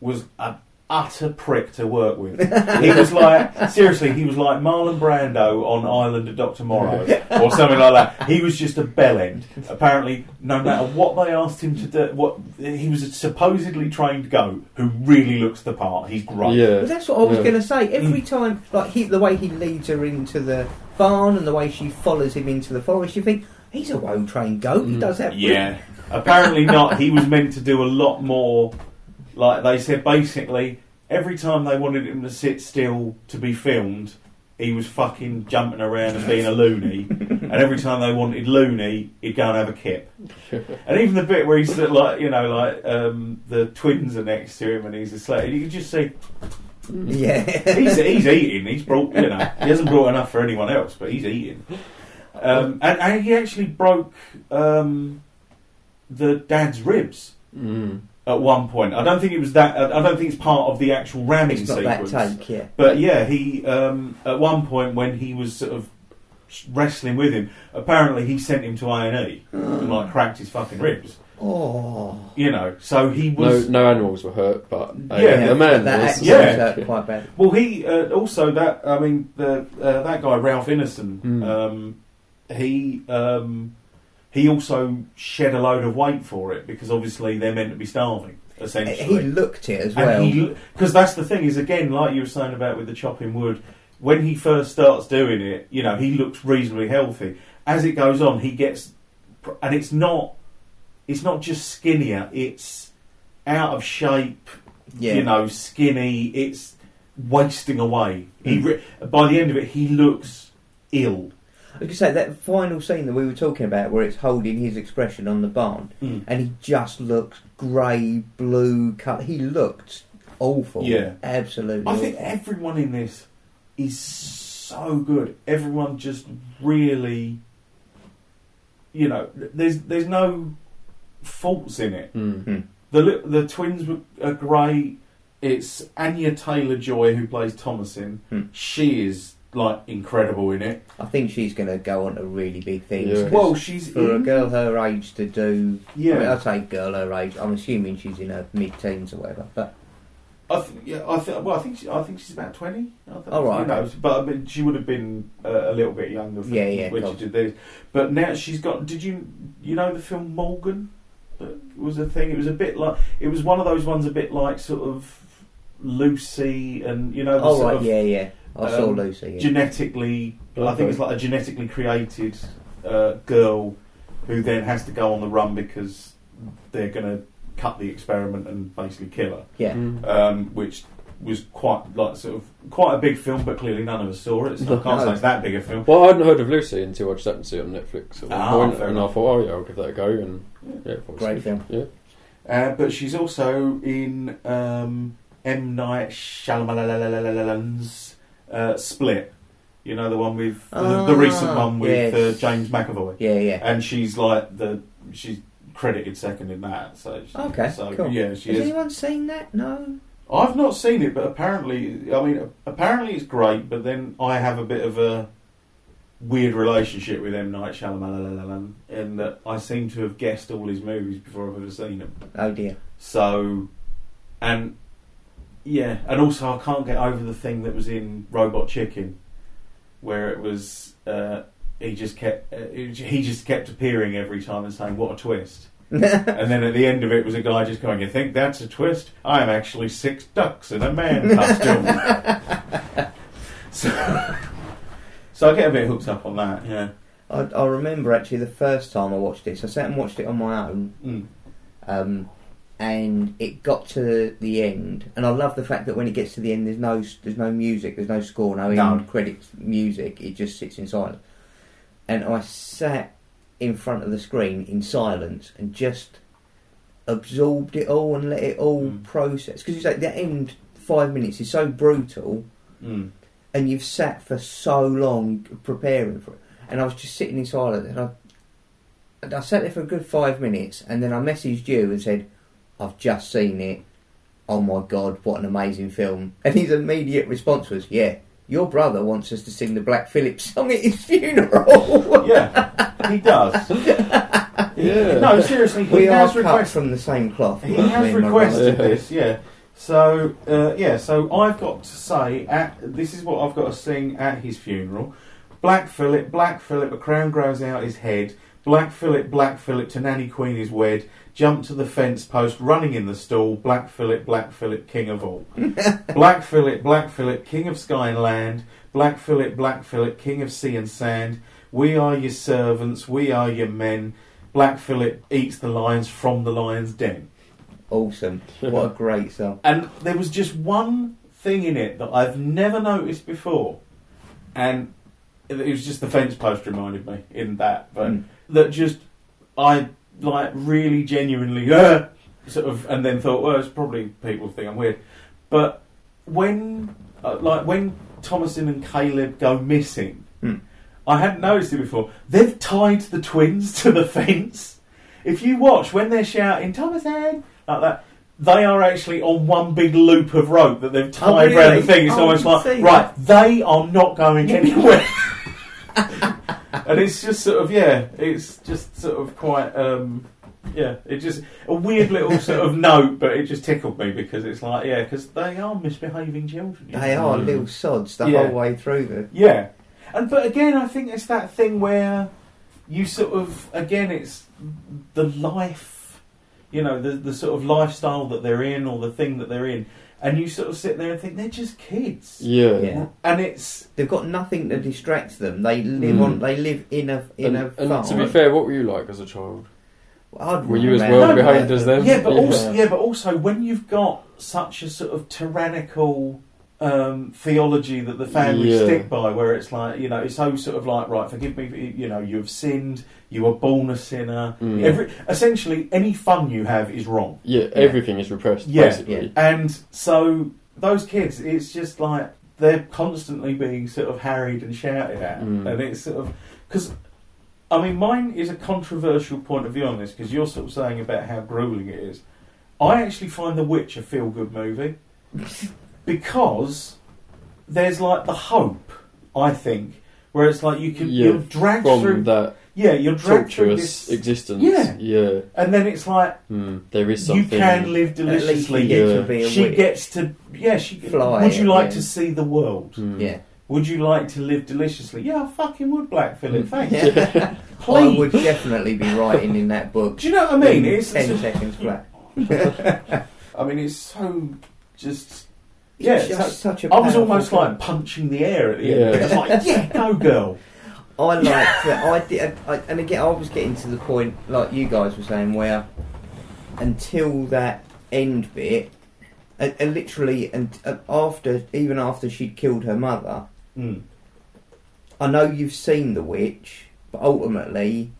[SPEAKER 2] was an utter prick to work with. he was like, seriously, he was like Marlon Brando on Island of Dr. Morrow or something like that. He was just a bell end. Apparently, no matter what they asked him to do, what he was a supposedly trained goat who really looks the part. He's great.
[SPEAKER 4] But
[SPEAKER 3] Yeah.
[SPEAKER 4] that's what I was
[SPEAKER 3] Yeah.
[SPEAKER 4] going to
[SPEAKER 2] Mm.
[SPEAKER 4] say. Every time, like he, the way he leads her into the barn and the way she follows him into the forest, you think he's a well-trained goat. He
[SPEAKER 3] Mm.
[SPEAKER 4] does that.
[SPEAKER 2] Yeah. Apparently not. He was meant to do a lot more. Like they said, basically, every time they wanted him to sit still to be filmed, he was fucking jumping around and being a loony. and every time they wanted loony, he'd go and have a kip. And even the bit where he's sort of like, you know, like um, the twins are next to him and he's asleep, and you can just see
[SPEAKER 3] Mm.
[SPEAKER 4] Yeah.
[SPEAKER 2] he's, he's eating. He's brought, you know, he hasn't brought enough for anyone else, but he's eating. Um, and, and he actually broke um, the dad's ribs
[SPEAKER 3] Mm.
[SPEAKER 2] at one point. I don't think it was that. I I don't think it's part of the actual ramming
[SPEAKER 4] it's not
[SPEAKER 2] sequence.
[SPEAKER 4] that take. Yeah.
[SPEAKER 2] But yeah, he um, at one point when he was sort of wrestling with him, apparently he sent him to A and E and like cracked his fucking ribs.
[SPEAKER 4] Oh.
[SPEAKER 2] You know, so he
[SPEAKER 3] No,
[SPEAKER 2] was
[SPEAKER 3] no animals were hurt, but uh,
[SPEAKER 2] Yeah,
[SPEAKER 3] the man
[SPEAKER 4] that
[SPEAKER 3] was.
[SPEAKER 4] actually
[SPEAKER 2] yeah.
[SPEAKER 4] hurt quite bad.
[SPEAKER 2] Well, he uh, also that I mean the uh, that guy Ralph Ineson,
[SPEAKER 3] Hmm.
[SPEAKER 2] um, he um, he also shed a load of weight for it because obviously they're meant to be starving
[SPEAKER 4] He
[SPEAKER 2] essentially.
[SPEAKER 4] looked it as well.
[SPEAKER 2] And because that's the thing is again like you were saying about with the chopping wood, when he first starts doing it, you know he looks reasonably healthy. As it goes on, he gets pr- and it's not it's not just skinnier; it's out of shape
[SPEAKER 4] yeah.
[SPEAKER 2] you know, skinny. It's wasting away.
[SPEAKER 4] Mm.
[SPEAKER 2] He re- by the end of it, he looks ill.
[SPEAKER 4] Like I say, that final scene that we were talking about, where it's holding his expression on the barn, and he just looks grey, blue, cut. He looked awful.
[SPEAKER 2] Yeah.
[SPEAKER 4] Absolutely.
[SPEAKER 2] I think
[SPEAKER 4] awful.
[SPEAKER 2] everyone in this is so good. Everyone just really, you know, there's there's no faults in it.
[SPEAKER 3] Mm.
[SPEAKER 2] The li- the twins were are great. It's Anya Taylor Joy who plays Thomasin.
[SPEAKER 4] Hmm.
[SPEAKER 2] She is like incredible in it.
[SPEAKER 4] I think she's going to go on to really big things.
[SPEAKER 3] Yeah.
[SPEAKER 4] 'cause
[SPEAKER 2] Well, she's
[SPEAKER 4] for a
[SPEAKER 2] in-
[SPEAKER 4] girl her age to do,
[SPEAKER 2] Yeah,
[SPEAKER 4] I mean, I say girl her age. I'm assuming she's in her mid-teens or whatever. But
[SPEAKER 2] I th- yeah, I th- well, I think she, I think she's about twenty. I th-
[SPEAKER 4] Oh, right,
[SPEAKER 2] who knows? But I mean, she would have been uh, a little bit younger. for-
[SPEAKER 4] Yeah, yeah,
[SPEAKER 2] when she
[SPEAKER 4] cool.
[SPEAKER 2] did this. But now she's got. Did you you know the film Morgan? was a thing. It was a bit like it was one of those ones, a bit like sort of Lucy, and you know, the
[SPEAKER 4] Oh
[SPEAKER 2] sort
[SPEAKER 4] right,
[SPEAKER 2] of
[SPEAKER 4] yeah, yeah. I saw
[SPEAKER 2] um,
[SPEAKER 4] Lucy. Yeah.
[SPEAKER 2] genetically. I think it's like a genetically created uh, girl who then has to go on the run because they're going to cut the experiment and basically kill her.
[SPEAKER 4] yeah.
[SPEAKER 3] Mm.
[SPEAKER 2] um, which was quite like sort of quite a big film, but clearly none of us saw it. So I can't
[SPEAKER 4] No.
[SPEAKER 2] say it's that big a film.
[SPEAKER 3] Well, I hadn't heard of Lucy until I just happened to see it on Netflix at one
[SPEAKER 2] Ah,
[SPEAKER 3] point,
[SPEAKER 2] fair
[SPEAKER 3] and
[SPEAKER 2] enough.
[SPEAKER 3] I thought, oh yeah, I'll give that a go. And yeah, it was
[SPEAKER 4] Great
[SPEAKER 3] good.
[SPEAKER 4] film.
[SPEAKER 3] Yeah,
[SPEAKER 2] Uh, but she's also in um, M Night Shyamalan's uh, Split. You know the one with the,
[SPEAKER 4] Ah,
[SPEAKER 2] the recent one with uh,
[SPEAKER 4] yes.
[SPEAKER 2] James McAvoy,
[SPEAKER 4] Yeah, yeah.
[SPEAKER 2] and she's like the she's credited second in that. So she,
[SPEAKER 4] Okay,
[SPEAKER 2] so,
[SPEAKER 4] cool.
[SPEAKER 2] yeah, she
[SPEAKER 4] Has
[SPEAKER 2] is.
[SPEAKER 4] anyone seen that? No.
[SPEAKER 2] I've not seen it, but apparently, I mean, apparently it's great. But then I have a bit of a weird relationship with M Night Shyamalan, in that I seem to have guessed all his movies before I've ever seen them.
[SPEAKER 4] Oh dear.
[SPEAKER 2] So, and yeah, and also I can't get over the thing that was in Robot Chicken, where it was uh, he just kept uh, he just kept appearing every time and saying, "What a twist." And then at the end of it was a guy just going, "You think that's a twist? I'm actually six ducks in a man costume." so, so I get a bit hooked up on that. Yeah.
[SPEAKER 4] I, I remember actually the first time I watched it. So I sat and watched it on my own,
[SPEAKER 2] Mm.
[SPEAKER 4] um, and it got to the end. And I love the fact that when it gets to the end, there's no there's no music, there's no score, no,
[SPEAKER 2] No.
[SPEAKER 4] end credits music. It just sits in silence. And I sat in front of the screen in silence and just absorbed it all and let it all
[SPEAKER 2] Mm.
[SPEAKER 4] process. Because like the end five minutes is so brutal
[SPEAKER 2] Mm.
[SPEAKER 4] and you've sat for so long preparing for it. And I was just sitting in silence, and I, and I sat there for a good five minutes, and then I messaged you and said, "I've just seen it. Oh my god, what an amazing film!" And his immediate response was, "Yeah, your brother wants us to sing the Black Phillips song at his funeral."
[SPEAKER 2] Yeah, he does.
[SPEAKER 3] Yeah.
[SPEAKER 2] No, seriously, he
[SPEAKER 4] we are
[SPEAKER 2] has
[SPEAKER 4] cut
[SPEAKER 2] requested.
[SPEAKER 4] from the same cloth.
[SPEAKER 2] He
[SPEAKER 4] aren't we,
[SPEAKER 2] has
[SPEAKER 4] my brother?
[SPEAKER 2] requested
[SPEAKER 3] Yeah.
[SPEAKER 2] this, yeah. So uh, yeah, so I've got to say, at, this is what I've got to sing at his funeral: Black Philip, Black Philip, a crown grows out his head. Black Philip, Black Philip, to Nanny Queen is wed. Jump to the fence post, running in the stall. Black Philip, Black Philip, king of all. Black Philip, Black Philip, king of sky and land. Black Philip, Black Philip, king of sea and sand. We are your servants, we are your men. Black Philip eats the lions from the lion's den.
[SPEAKER 4] Awesome! What a great song.
[SPEAKER 2] And there was just one thing in it that I've never noticed before, and it was just the fence post reminded me in that, but
[SPEAKER 4] Mm.
[SPEAKER 2] that just I like really genuinely uh, sort of, and then thought, well, it's probably people think I'm weird, but when uh, like when Thomason and Caleb go missing.
[SPEAKER 4] Mm.
[SPEAKER 2] I hadn't noticed it before. They've tied the twins to the fence. If you watch when they're shouting Thomason like that, they are actually on one big loop of rope that they've tied
[SPEAKER 4] Oh, really?
[SPEAKER 2] around the thing. It's
[SPEAKER 4] Oh, I
[SPEAKER 2] almost like
[SPEAKER 4] didn't see
[SPEAKER 2] right, they are not going anywhere. and it's just sort of yeah, it's just sort of quite um, yeah, it just a weird little sort of note, but it just tickled me because it's like yeah, because they are misbehaving children. you
[SPEAKER 4] They
[SPEAKER 2] know?
[SPEAKER 4] are
[SPEAKER 3] Mm.
[SPEAKER 4] little sods the
[SPEAKER 2] Yeah.
[SPEAKER 4] whole way through. The
[SPEAKER 2] Yeah, and but again, I think it's that thing where you sort of again, it's the life, you know, the the sort of lifestyle that they're in or the thing that they're in, and you sort of sit there and think they're just kids,
[SPEAKER 3] yeah.
[SPEAKER 4] Yeah.
[SPEAKER 2] and it's
[SPEAKER 4] They've got nothing to distract them. They live
[SPEAKER 2] Hmm.
[SPEAKER 3] Mm.
[SPEAKER 4] on. They live in a in
[SPEAKER 3] And,
[SPEAKER 4] a
[SPEAKER 3] and
[SPEAKER 4] farm.
[SPEAKER 3] to be fair, what were you like as a child?
[SPEAKER 4] I'd
[SPEAKER 3] Were you as
[SPEAKER 4] rather-
[SPEAKER 3] well
[SPEAKER 2] No,
[SPEAKER 3] behind as them?
[SPEAKER 2] yeah, but also yeah, but also when you've got such a sort of tyrannical. Um, theology that the family
[SPEAKER 3] Yeah.
[SPEAKER 2] stick by, where it's like you know, it's so sort of like right, forgive me, for, you know, you have sinned, you were born a sinner,
[SPEAKER 3] Mm.
[SPEAKER 2] Every, essentially, any fun you have is wrong.
[SPEAKER 3] yeah, everything is repressed.
[SPEAKER 2] Yeah.
[SPEAKER 3] basically.
[SPEAKER 2] And so those kids, it's just like they're constantly being sort of harried and shouted at,
[SPEAKER 3] Mm.
[SPEAKER 2] and it's sort of because. I mean, mine is a controversial point of view on this because you're sort of saying about how grueling it is. I actually find The Witch a feel good movie because there's like the hope, I think, where it's like you can,
[SPEAKER 3] Yeah,
[SPEAKER 2] you're dragged
[SPEAKER 3] From
[SPEAKER 2] through.
[SPEAKER 3] that
[SPEAKER 2] yeah, you're dragged through
[SPEAKER 3] tortuous
[SPEAKER 2] this.
[SPEAKER 3] existence,
[SPEAKER 2] Yeah.
[SPEAKER 3] yeah,
[SPEAKER 2] and then it's like,
[SPEAKER 3] mm, there is
[SPEAKER 2] you
[SPEAKER 3] something.
[SPEAKER 2] can live
[SPEAKER 4] At least
[SPEAKER 2] deliciously.
[SPEAKER 4] you get
[SPEAKER 3] Yeah.
[SPEAKER 4] to be a
[SPEAKER 2] She
[SPEAKER 4] witch.
[SPEAKER 2] gets to yeah. She
[SPEAKER 4] Fly,
[SPEAKER 2] Would you like
[SPEAKER 4] yeah.
[SPEAKER 2] to see the world?
[SPEAKER 3] Mm.
[SPEAKER 4] yeah.
[SPEAKER 2] Would you like to live deliciously? Yeah, I fucking would, Black Phillip. Thanks.
[SPEAKER 4] Yeah. I
[SPEAKER 2] Please.
[SPEAKER 4] would definitely be writing in that book.
[SPEAKER 2] Do you know what I mean?
[SPEAKER 4] in
[SPEAKER 2] It's,
[SPEAKER 4] ten
[SPEAKER 2] it's-
[SPEAKER 4] seconds flat.
[SPEAKER 2] I mean, it's so just. Yeah,
[SPEAKER 4] It's just
[SPEAKER 2] so-
[SPEAKER 4] such a
[SPEAKER 2] I was
[SPEAKER 4] powerful
[SPEAKER 2] almost
[SPEAKER 4] film.
[SPEAKER 2] like punching the air at the end.
[SPEAKER 3] Yeah.
[SPEAKER 2] Just like, yeah, no girl.
[SPEAKER 4] I liked that. I did, I, and again, I was getting to the point, like you guys were saying, where until that end bit, and, and literally, and, and after, even after she'd killed her mother,
[SPEAKER 2] Mm.
[SPEAKER 4] I know you've seen the witch, but ultimately,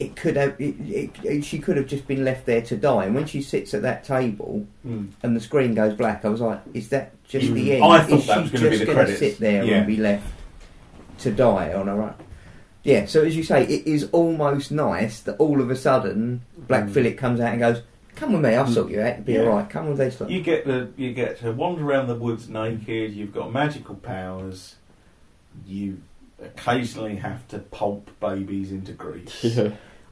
[SPEAKER 4] it could have, it, it, it- she could have just been left there to die. And when she sits at that table
[SPEAKER 2] Mm.
[SPEAKER 4] and the screen goes black, I was like, is that just the
[SPEAKER 2] Mm.
[SPEAKER 4] end?
[SPEAKER 2] I thought
[SPEAKER 4] is
[SPEAKER 2] that
[SPEAKER 4] she
[SPEAKER 2] was gonna be
[SPEAKER 4] just
[SPEAKER 2] the
[SPEAKER 4] gonna
[SPEAKER 2] credits.
[SPEAKER 4] sit there
[SPEAKER 2] Yeah.
[SPEAKER 4] and be left to die on her own? Yeah, so as you say, it is almost nice that all of a sudden Black
[SPEAKER 2] Mm.
[SPEAKER 4] Phillip comes out and goes, Come with me, I'll sort you out, it'll be
[SPEAKER 2] Yeah.
[SPEAKER 4] alright, come with this.
[SPEAKER 2] You get the you get to wander around the woods naked. You've got magical powers. You occasionally have to pulp babies into grease.
[SPEAKER 3] yeah.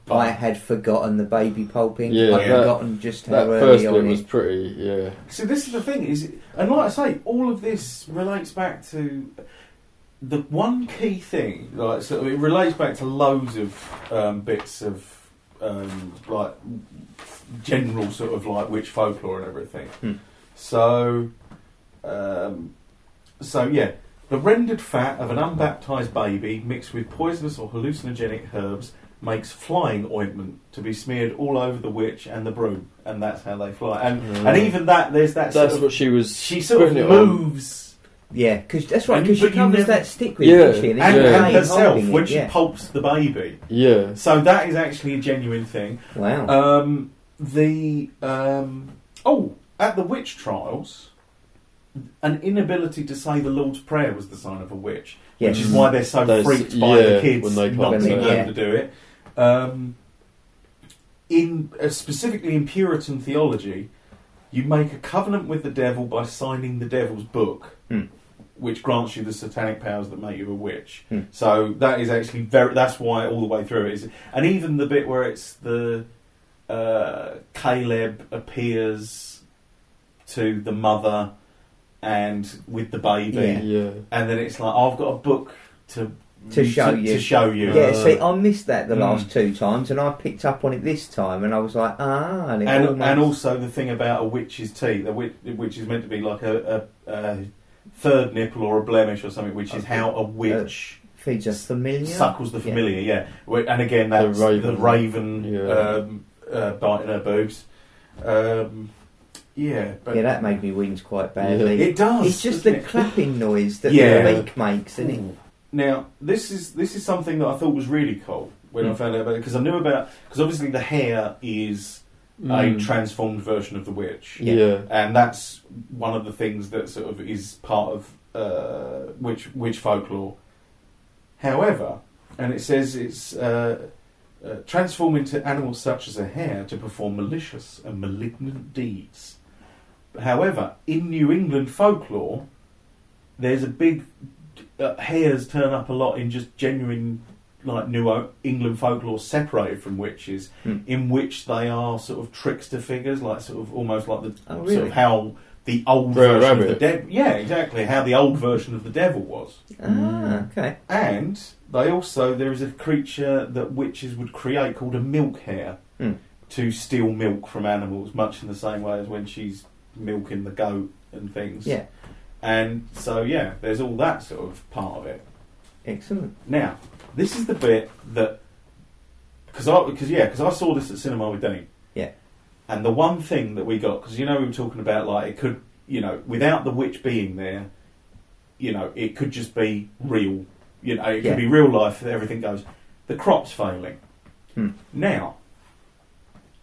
[SPEAKER 2] But-
[SPEAKER 4] I had forgotten the baby pulping.
[SPEAKER 3] Yeah,
[SPEAKER 4] I'd
[SPEAKER 3] that-
[SPEAKER 4] forgotten just how
[SPEAKER 3] That
[SPEAKER 4] early
[SPEAKER 3] first
[SPEAKER 4] on
[SPEAKER 3] bit
[SPEAKER 4] it
[SPEAKER 3] was pretty, yeah.
[SPEAKER 2] So this is the thing is, and like I say, all of this relates back to the one key thing. Like so, it relates back to loads of um, bits of um, like general sort of like witch folklore and everything.
[SPEAKER 4] Hmm.
[SPEAKER 2] So, um, so yeah. The rendered fat of an unbaptized baby mixed with poisonous or hallucinogenic herbs makes flying ointment to be smeared all over the witch and the broom, and that's how they fly. And and
[SPEAKER 4] Mm.
[SPEAKER 2] even that, there's that. sort
[SPEAKER 3] That's
[SPEAKER 2] of,
[SPEAKER 3] what she was.
[SPEAKER 2] she sort of
[SPEAKER 3] putting it on.
[SPEAKER 2] moves
[SPEAKER 4] Yeah, because that's right.
[SPEAKER 2] And-
[SPEAKER 4] Because she
[SPEAKER 2] but you
[SPEAKER 4] covers
[SPEAKER 2] never-
[SPEAKER 4] that stick with,
[SPEAKER 3] Yeah,
[SPEAKER 4] doesn't she?
[SPEAKER 2] and,
[SPEAKER 4] it's
[SPEAKER 3] Yeah.
[SPEAKER 4] playing
[SPEAKER 2] and herself
[SPEAKER 4] holding it,
[SPEAKER 2] when she
[SPEAKER 4] yeah.
[SPEAKER 2] pulps the baby.
[SPEAKER 3] Yeah.
[SPEAKER 2] So that is actually a genuine thing.
[SPEAKER 4] Wow.
[SPEAKER 2] Um, the um, oh, at the witch trials, an inability to say the Lord's Prayer was the sign of a witch,
[SPEAKER 4] yes.
[SPEAKER 2] which is why they're so
[SPEAKER 3] Those-
[SPEAKER 2] freaked by
[SPEAKER 3] yeah,
[SPEAKER 2] the kids
[SPEAKER 3] when they can't
[SPEAKER 2] not
[SPEAKER 4] say
[SPEAKER 2] being
[SPEAKER 4] it.
[SPEAKER 2] able to do it. Um, in uh, specifically in Puritan theology, you make a covenant with the devil by signing the devil's book,
[SPEAKER 4] Hmm.
[SPEAKER 2] which grants you the satanic powers that make you a witch.
[SPEAKER 4] Hmm.
[SPEAKER 2] So that is actually very. That's why all the way through it is, and even the bit where it's the uh, Caleb appears to the mother and with the baby,
[SPEAKER 4] Yeah.
[SPEAKER 3] Yeah.
[SPEAKER 2] and then it's like I've got a book to
[SPEAKER 4] To show you.
[SPEAKER 2] to show you.
[SPEAKER 4] yeah,
[SPEAKER 3] uh,
[SPEAKER 4] see, I missed that the
[SPEAKER 2] Mm.
[SPEAKER 4] last two times, and I picked up on it this time, and I was like, ah, and it
[SPEAKER 2] and,
[SPEAKER 4] all makes-
[SPEAKER 2] and also the thing about a witch's teeth, a witch, which is meant to be like a, a, a third nipple or a blemish or something, which is how a witch
[SPEAKER 4] feeds us familiar.
[SPEAKER 2] suckles the
[SPEAKER 4] Yeah.
[SPEAKER 2] familiar. Yeah, Wh- and again
[SPEAKER 3] The
[SPEAKER 2] that's the raven,
[SPEAKER 3] raven. Yeah.
[SPEAKER 2] um, uh, biting her boobs. Um, yeah, but
[SPEAKER 4] yeah, that made me wince quite
[SPEAKER 3] Yeah.
[SPEAKER 4] badly.
[SPEAKER 2] it does.
[SPEAKER 4] it's just the
[SPEAKER 2] doesn't it?
[SPEAKER 4] clapping noise that
[SPEAKER 2] Yeah.
[SPEAKER 4] the beak makes, and it.
[SPEAKER 2] Now, this is this is something that I thought was really cool when I
[SPEAKER 4] Mm.
[SPEAKER 2] found out about it because I knew about because obviously the hair is
[SPEAKER 3] Mm.
[SPEAKER 2] a transformed version of the witch,
[SPEAKER 4] Yeah.
[SPEAKER 3] Yeah.
[SPEAKER 2] and that's one of the things that sort of is part of uh, witch witch folklore. However, and it says it's uh, uh, transform into animals such as a hare to perform malicious and malignant deeds. However, in New England folklore, there's a big uh, hares turn up a lot in just genuine like New O- England folklore separated from witches,
[SPEAKER 4] Hmm.
[SPEAKER 2] in which they are sort of trickster figures, like sort of almost like the
[SPEAKER 4] Oh,
[SPEAKER 2] sort
[SPEAKER 4] really?
[SPEAKER 2] of how the old
[SPEAKER 3] Brer
[SPEAKER 2] version of
[SPEAKER 3] Rabbit.
[SPEAKER 2] the devil. Yeah, exactly. How the old version of the devil was.
[SPEAKER 4] Ah, okay.
[SPEAKER 2] And they also there is a creature that witches would create called a milk hare
[SPEAKER 4] Hmm.
[SPEAKER 2] to steal milk from animals, much in the same way as when she's milking the goat and things.
[SPEAKER 4] Yeah,
[SPEAKER 2] And so yeah, there's all that sort of part of it.
[SPEAKER 4] excellent.
[SPEAKER 2] Now, this is the bit that because I because yeah because I saw this at cinema with Dean.
[SPEAKER 4] Yeah.
[SPEAKER 2] And the one thing that we got because you know we were talking about like it could you know without the witch being there, you know it could just be real. You know it could
[SPEAKER 4] Yeah.
[SPEAKER 2] be real life. that Everything goes. The crops failing.
[SPEAKER 4] Hmm.
[SPEAKER 2] Now,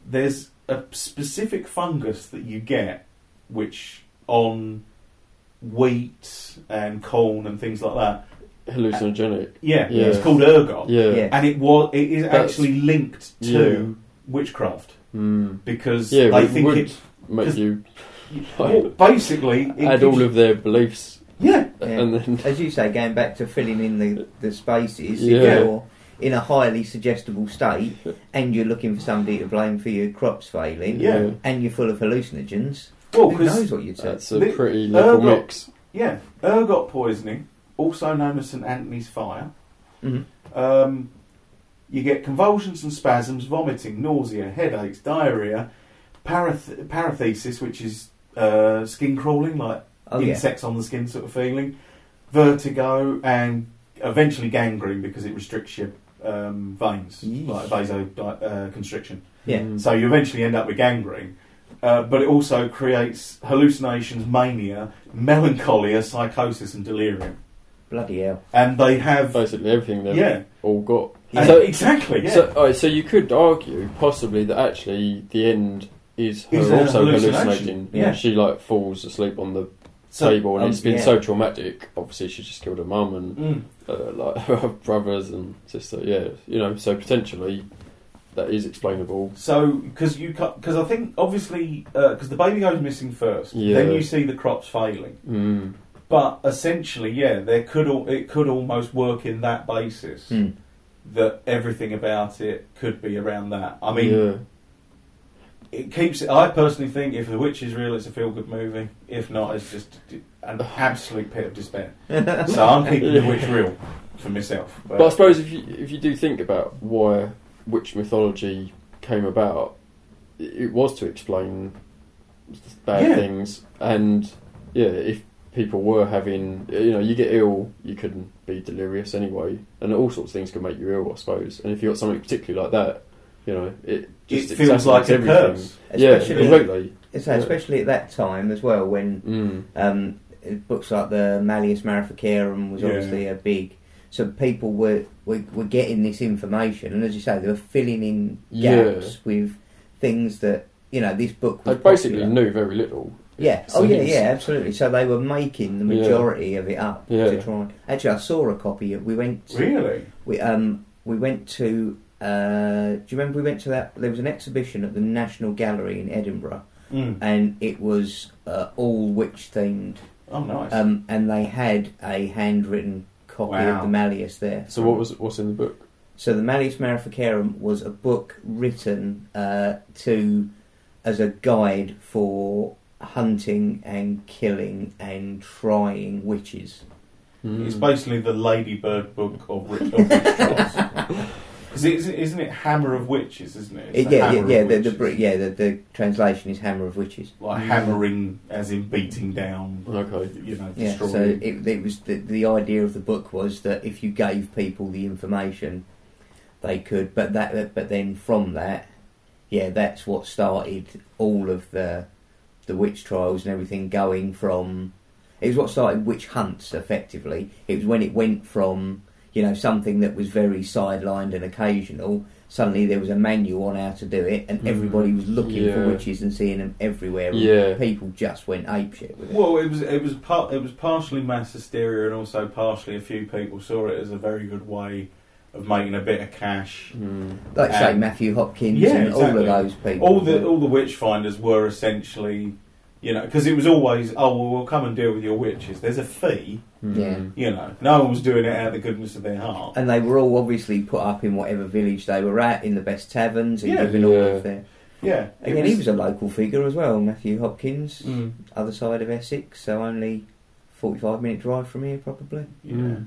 [SPEAKER 2] there's a specific fungus that you get which on wheat and corn and things like that.
[SPEAKER 3] Hallucinogenic.
[SPEAKER 2] Yeah,
[SPEAKER 3] Yeah.
[SPEAKER 2] it's called ergot
[SPEAKER 3] Yeah.
[SPEAKER 4] Yeah.
[SPEAKER 2] and it was it is
[SPEAKER 3] That's-
[SPEAKER 2] actually linked to witchcraft
[SPEAKER 3] Mm.
[SPEAKER 2] because
[SPEAKER 3] Yeah,
[SPEAKER 2] they
[SPEAKER 3] it
[SPEAKER 2] think
[SPEAKER 3] would
[SPEAKER 2] it
[SPEAKER 3] make you
[SPEAKER 2] well, basically it
[SPEAKER 3] add
[SPEAKER 2] gives
[SPEAKER 3] all
[SPEAKER 2] you-
[SPEAKER 3] of their beliefs
[SPEAKER 2] yeah
[SPEAKER 4] Yeah.
[SPEAKER 3] and then.
[SPEAKER 4] As you say, going back to filling in the, the spaces,
[SPEAKER 3] Yeah.
[SPEAKER 4] if you're in a highly suggestible state and you're looking for somebody to blame for your crops failing
[SPEAKER 2] Yeah.
[SPEAKER 4] and you're full of hallucinogens,
[SPEAKER 2] well
[SPEAKER 4] who
[SPEAKER 2] 'cause-
[SPEAKER 4] knows what you'd say.
[SPEAKER 3] That's a
[SPEAKER 2] The-
[SPEAKER 3] pretty little
[SPEAKER 2] ergot-
[SPEAKER 3] mix.
[SPEAKER 2] yeah ergot poisoning also known as St Anthony's Fire.
[SPEAKER 4] Mm-hmm.
[SPEAKER 2] Um, you get convulsions and spasms, vomiting, nausea, headaches, diarrhea, parath- parathesis, which is uh, skin crawling, like
[SPEAKER 4] Oh, yeah.
[SPEAKER 2] insects on the skin sort of feeling, vertigo, and eventually gangrene because it restricts your um, veins,
[SPEAKER 4] Yeesh.
[SPEAKER 2] like vasoconstriction. Uh, constriction.
[SPEAKER 4] Yeah.
[SPEAKER 3] Mm.
[SPEAKER 2] So you eventually end up with gangrene. Uh, but it also creates hallucinations, mania, melancholia, psychosis, and delirium.
[SPEAKER 4] Bloody hell.
[SPEAKER 2] And they have.
[SPEAKER 3] basically everything they've
[SPEAKER 2] Yeah,
[SPEAKER 3] all got.
[SPEAKER 4] Yeah.
[SPEAKER 2] So,
[SPEAKER 3] So,
[SPEAKER 2] exactly. Yeah.
[SPEAKER 3] so, alright, so you could argue possibly that actually the end is her
[SPEAKER 2] Is a
[SPEAKER 3] also
[SPEAKER 2] hallucination.
[SPEAKER 3] hallucinating.
[SPEAKER 4] Yeah.
[SPEAKER 3] She like falls asleep on the
[SPEAKER 2] So-
[SPEAKER 3] table, and
[SPEAKER 4] um,
[SPEAKER 3] it's been
[SPEAKER 4] yeah.
[SPEAKER 3] so traumatic. Obviously, she just killed her mum and
[SPEAKER 2] Mm.
[SPEAKER 3] uh, like her brothers and sister. Yeah, you know, so potentially that is explainable.
[SPEAKER 2] So, because you because I think obviously because the baby goes missing first,
[SPEAKER 3] Yeah.
[SPEAKER 2] then you see the crops failing.
[SPEAKER 3] Mm.
[SPEAKER 2] But essentially, yeah, there could al- it could almost work in that basis
[SPEAKER 4] Hmm.
[SPEAKER 2] that everything about it could be around that. I mean,
[SPEAKER 3] yeah.
[SPEAKER 2] it keeps. it I personally think if The Witch is real, it's a feel good movie. If not, it's just d- an absolute pit of despair. so I'm keeping The Witch real for myself.
[SPEAKER 3] But I suppose if you if you do think about why witch mythology came about, i- it was to explain bad
[SPEAKER 2] Yeah.
[SPEAKER 3] things, and yeah, if people were having, you know, you get ill, you could be delirious anyway, and all sorts of things can make you ill, I suppose. And if you got something particularly like that, you know, it just
[SPEAKER 2] it feels like
[SPEAKER 3] exacerbates
[SPEAKER 2] a curse.
[SPEAKER 3] Yeah,
[SPEAKER 4] Especially-
[SPEAKER 3] completely.
[SPEAKER 4] So especially at that time as well, when
[SPEAKER 3] Mm.
[SPEAKER 4] um, books like the Malleus Maleficarum was
[SPEAKER 2] Yeah.
[SPEAKER 4] obviously a big. So people were, were were getting this information, and as you say, they were filling in
[SPEAKER 3] Yeah.
[SPEAKER 4] gaps with things that you know this book.
[SPEAKER 3] They
[SPEAKER 4] Was
[SPEAKER 3] basically
[SPEAKER 4] popular.
[SPEAKER 3] knew very little.
[SPEAKER 4] Yeah.
[SPEAKER 3] So
[SPEAKER 4] oh yeah,
[SPEAKER 3] it's-
[SPEAKER 4] yeah, absolutely. So they were making the
[SPEAKER 3] Yeah.
[SPEAKER 4] majority of it up
[SPEAKER 3] Yeah.
[SPEAKER 4] to try. And, actually, I saw a copy. Of, we went.
[SPEAKER 2] Really?
[SPEAKER 4] We um we went to. Uh, do you remember we went to that? There was an exhibition at the National Gallery in Edinburgh,
[SPEAKER 2] Mm.
[SPEAKER 4] and it was uh, all witch themed,
[SPEAKER 2] Oh, nice.
[SPEAKER 4] um, and they had a handwritten copy
[SPEAKER 2] Wow.
[SPEAKER 4] of the Malleus there.
[SPEAKER 3] So what was what's in the book?
[SPEAKER 4] So the Malleus Maleficarum was a book written uh, to as a guide for hunting and killing and trying witches.
[SPEAKER 2] It's
[SPEAKER 3] Mm.
[SPEAKER 2] basically the Ladybird book of witch, of witch trials. Because isn't, isn't it Hammer of Witches, isn't it? It's
[SPEAKER 4] It-
[SPEAKER 2] the
[SPEAKER 4] yeah, yeah,
[SPEAKER 2] Hammer
[SPEAKER 4] yeah.
[SPEAKER 2] of
[SPEAKER 4] The, the,
[SPEAKER 2] Witches.
[SPEAKER 4] Brit- yeah, the, the translation is Hammer of Witches.
[SPEAKER 2] Like hammering, as in beating down,
[SPEAKER 3] Okay.
[SPEAKER 2] you know,
[SPEAKER 4] Yeah,
[SPEAKER 2] destroying.
[SPEAKER 4] so it, it was the, the idea of the book was that if you gave people the information, they could. But that, but then from that, yeah, that's what started all of the the witch trials and everything going from. It was what started witch hunts. Effectively, it was when it went from you know something that was very sidelined and occasional. Suddenly, there was a manual on how to do it, and
[SPEAKER 3] Mm.
[SPEAKER 4] everybody was looking
[SPEAKER 3] Yeah.
[SPEAKER 4] for witches and seeing them everywhere. and
[SPEAKER 3] Yeah.
[SPEAKER 4] people just went apeshit with it.
[SPEAKER 2] Well, it was it was par- it was partially mass hysteria, and also partially a few people saw it as a very good way of making a bit of cash.
[SPEAKER 3] Mm.
[SPEAKER 4] like say
[SPEAKER 2] Um,
[SPEAKER 4] Matthew Hopkins
[SPEAKER 2] yeah,
[SPEAKER 4] and
[SPEAKER 2] exactly.
[SPEAKER 4] all of those people.
[SPEAKER 2] All the all the witch finders were essentially, you know, because it was always, oh well, we'll come and deal with your witches. There's a fee,
[SPEAKER 3] Mm.
[SPEAKER 2] you know. No one was doing it out of the goodness of their heart.
[SPEAKER 4] and they were all obviously put up in whatever village they were at, in the best taverns, and
[SPEAKER 2] Yeah.
[SPEAKER 4] given all
[SPEAKER 3] Yeah.
[SPEAKER 4] of their.
[SPEAKER 2] Yeah, it
[SPEAKER 4] Again, he was a local figure as well, Matthew Hopkins,
[SPEAKER 2] Mm,
[SPEAKER 4] other side of Essex, so only forty-five minute drive from here, probably.
[SPEAKER 2] yeah.
[SPEAKER 3] Mm.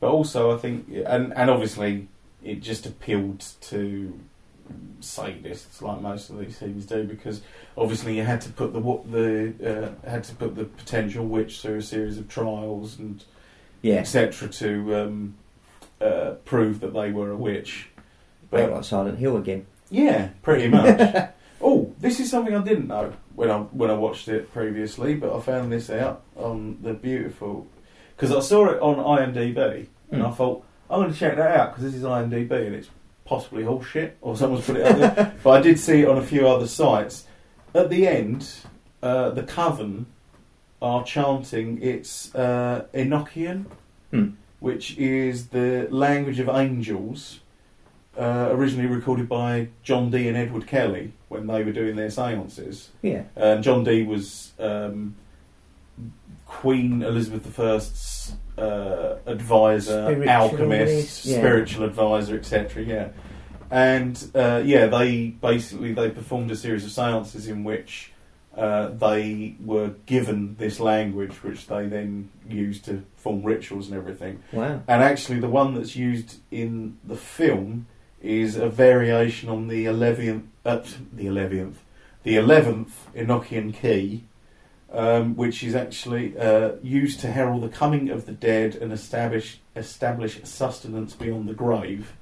[SPEAKER 2] But also, I think, and and obviously, it just appealed to sadists like most of these things do because obviously you had to put the what the uh, had to put the potential witch through a series of trials and
[SPEAKER 4] Yeah,
[SPEAKER 2] etc. to um, uh, prove that they were a witch.
[SPEAKER 4] but
[SPEAKER 2] But
[SPEAKER 4] like Silent Hill again.
[SPEAKER 2] yeah, pretty much. oh, this is something I didn't know when I when I watched it previously, but I found this out on the beautiful because I saw it on IMDb and I
[SPEAKER 4] Mm.
[SPEAKER 2] thought I'm going to check that out because this is IMDb and it's possibly horseshit or someone's put it up there. but I did see it on a few other sites. At the end, uh, the coven are chanting it's uh, Enochian,
[SPEAKER 4] Hmm.
[SPEAKER 2] which is the language of angels uh, originally recorded by John Dee and Edward Kelly when they were doing their seances.
[SPEAKER 4] Yeah,
[SPEAKER 2] Um, John Dee was um, Queen Elizabeth I's uh, advisor,
[SPEAKER 4] Spiritualist,
[SPEAKER 2] alchemist,
[SPEAKER 4] yeah.
[SPEAKER 2] spiritual advisor, etc. Yeah, and uh, yeah, they basically they performed a series of seances in which uh, they were given this language, which they then used to form rituals and everything.
[SPEAKER 4] Wow.
[SPEAKER 2] And actually, the one that's used in the film is a variation on the eleventh, uh, the eleventh, the eleventh Enochian key, um, which is actually uh, used to herald the coming of the dead and establish establish sustenance beyond the grave.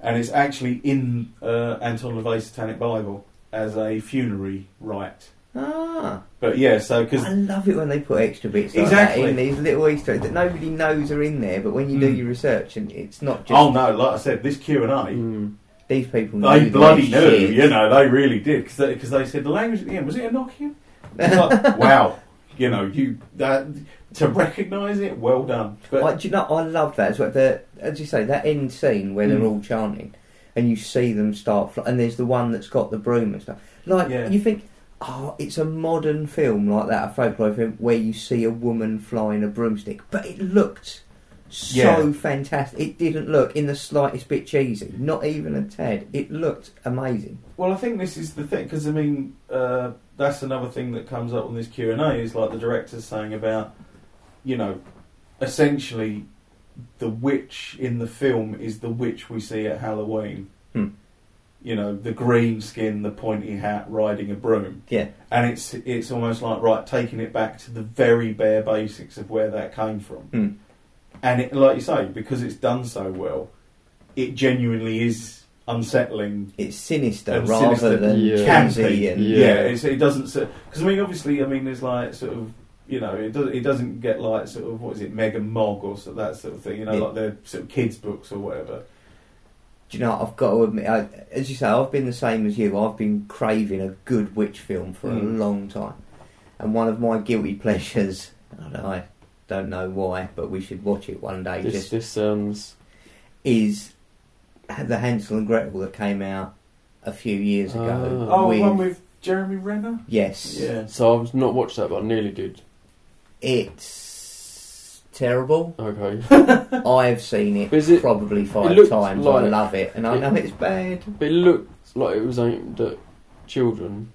[SPEAKER 2] And it's actually in uh, Anton LaVey's Satanic Bible as a funerary rite.
[SPEAKER 4] Ah,
[SPEAKER 2] But yeah, so because
[SPEAKER 4] I love it when they put extra bits like
[SPEAKER 2] Exactly.
[SPEAKER 4] that in these little Easter eggs that nobody knows are in there. But when you do
[SPEAKER 2] Mm.
[SPEAKER 4] your research, and it's not just
[SPEAKER 2] oh no, like I said, this Q and A,
[SPEAKER 3] Mm.
[SPEAKER 4] these people.
[SPEAKER 2] they
[SPEAKER 4] knew
[SPEAKER 2] bloody
[SPEAKER 4] their
[SPEAKER 2] knew,
[SPEAKER 4] shit.
[SPEAKER 2] you know, they really did because they, 'cause they said the language at the end was it Enochian? It's like, wow, you know, you that to recognise it, well done. But
[SPEAKER 4] Like, do you know, I love that. It's like the, as you say, that end scene where they're
[SPEAKER 2] Mm.
[SPEAKER 4] all chanting, and you see them start, fl- and there's the one that's got the broom and stuff. Like
[SPEAKER 2] Yeah.
[SPEAKER 4] you think, oh, it's a modern film like that, a folklore film where you see a woman flying a broomstick, but it looked so
[SPEAKER 2] Yeah.
[SPEAKER 4] fantastic. It didn't look in the slightest bit cheesy, not even a tad. It looked amazing.
[SPEAKER 2] Well, I think this is the thing because I mean uh, that's another thing that comes up on this Q and A is like the director's saying about you know essentially the witch in the film is the witch we see at Halloween.
[SPEAKER 4] Hmm.
[SPEAKER 2] You know the green skin, the pointy hat, riding a broom,
[SPEAKER 4] Yeah,
[SPEAKER 2] and it's it's almost like right taking it back to the very bare basics of where that came from.
[SPEAKER 4] Hmm.
[SPEAKER 2] And it, like you say, because it's done so well, it genuinely is unsettling
[SPEAKER 4] it's sinister
[SPEAKER 2] And
[SPEAKER 4] rather
[SPEAKER 2] sinister,
[SPEAKER 4] than
[SPEAKER 3] yeah.
[SPEAKER 4] cheesy
[SPEAKER 2] Campy,
[SPEAKER 4] and
[SPEAKER 3] Yeah.
[SPEAKER 2] uh, yeah, it's, it doesn't because I mean obviously I mean there's like sort of you know it does it doesn't get like sort of what is it Mega Mog or so, that sort of thing you know
[SPEAKER 4] Yeah.
[SPEAKER 2] like the sort of kids books or whatever.
[SPEAKER 4] Do you know, I've got to admit, I, as you say, I've been the same as you. I've been craving a good witch film for a
[SPEAKER 2] Mm.
[SPEAKER 4] long time. And one of my guilty pleasures, and I don't know why, but we should watch it one day,
[SPEAKER 3] This
[SPEAKER 4] just
[SPEAKER 3] this um, sounds
[SPEAKER 4] is the Hansel and Gretel that came out a few years ago.
[SPEAKER 3] Ah.
[SPEAKER 2] Oh,
[SPEAKER 4] with-
[SPEAKER 2] one with Jeremy Renner.
[SPEAKER 4] Yes.
[SPEAKER 2] Yeah,
[SPEAKER 3] so. I've not watched that, but I nearly did.
[SPEAKER 4] It's terrible.
[SPEAKER 3] Okay,
[SPEAKER 4] I've seen it,
[SPEAKER 3] Is it-
[SPEAKER 4] probably five
[SPEAKER 3] looks
[SPEAKER 4] times. I
[SPEAKER 3] like-
[SPEAKER 4] love it, and I
[SPEAKER 3] it-
[SPEAKER 4] know it's bad.
[SPEAKER 3] but it looked like it was aimed at children.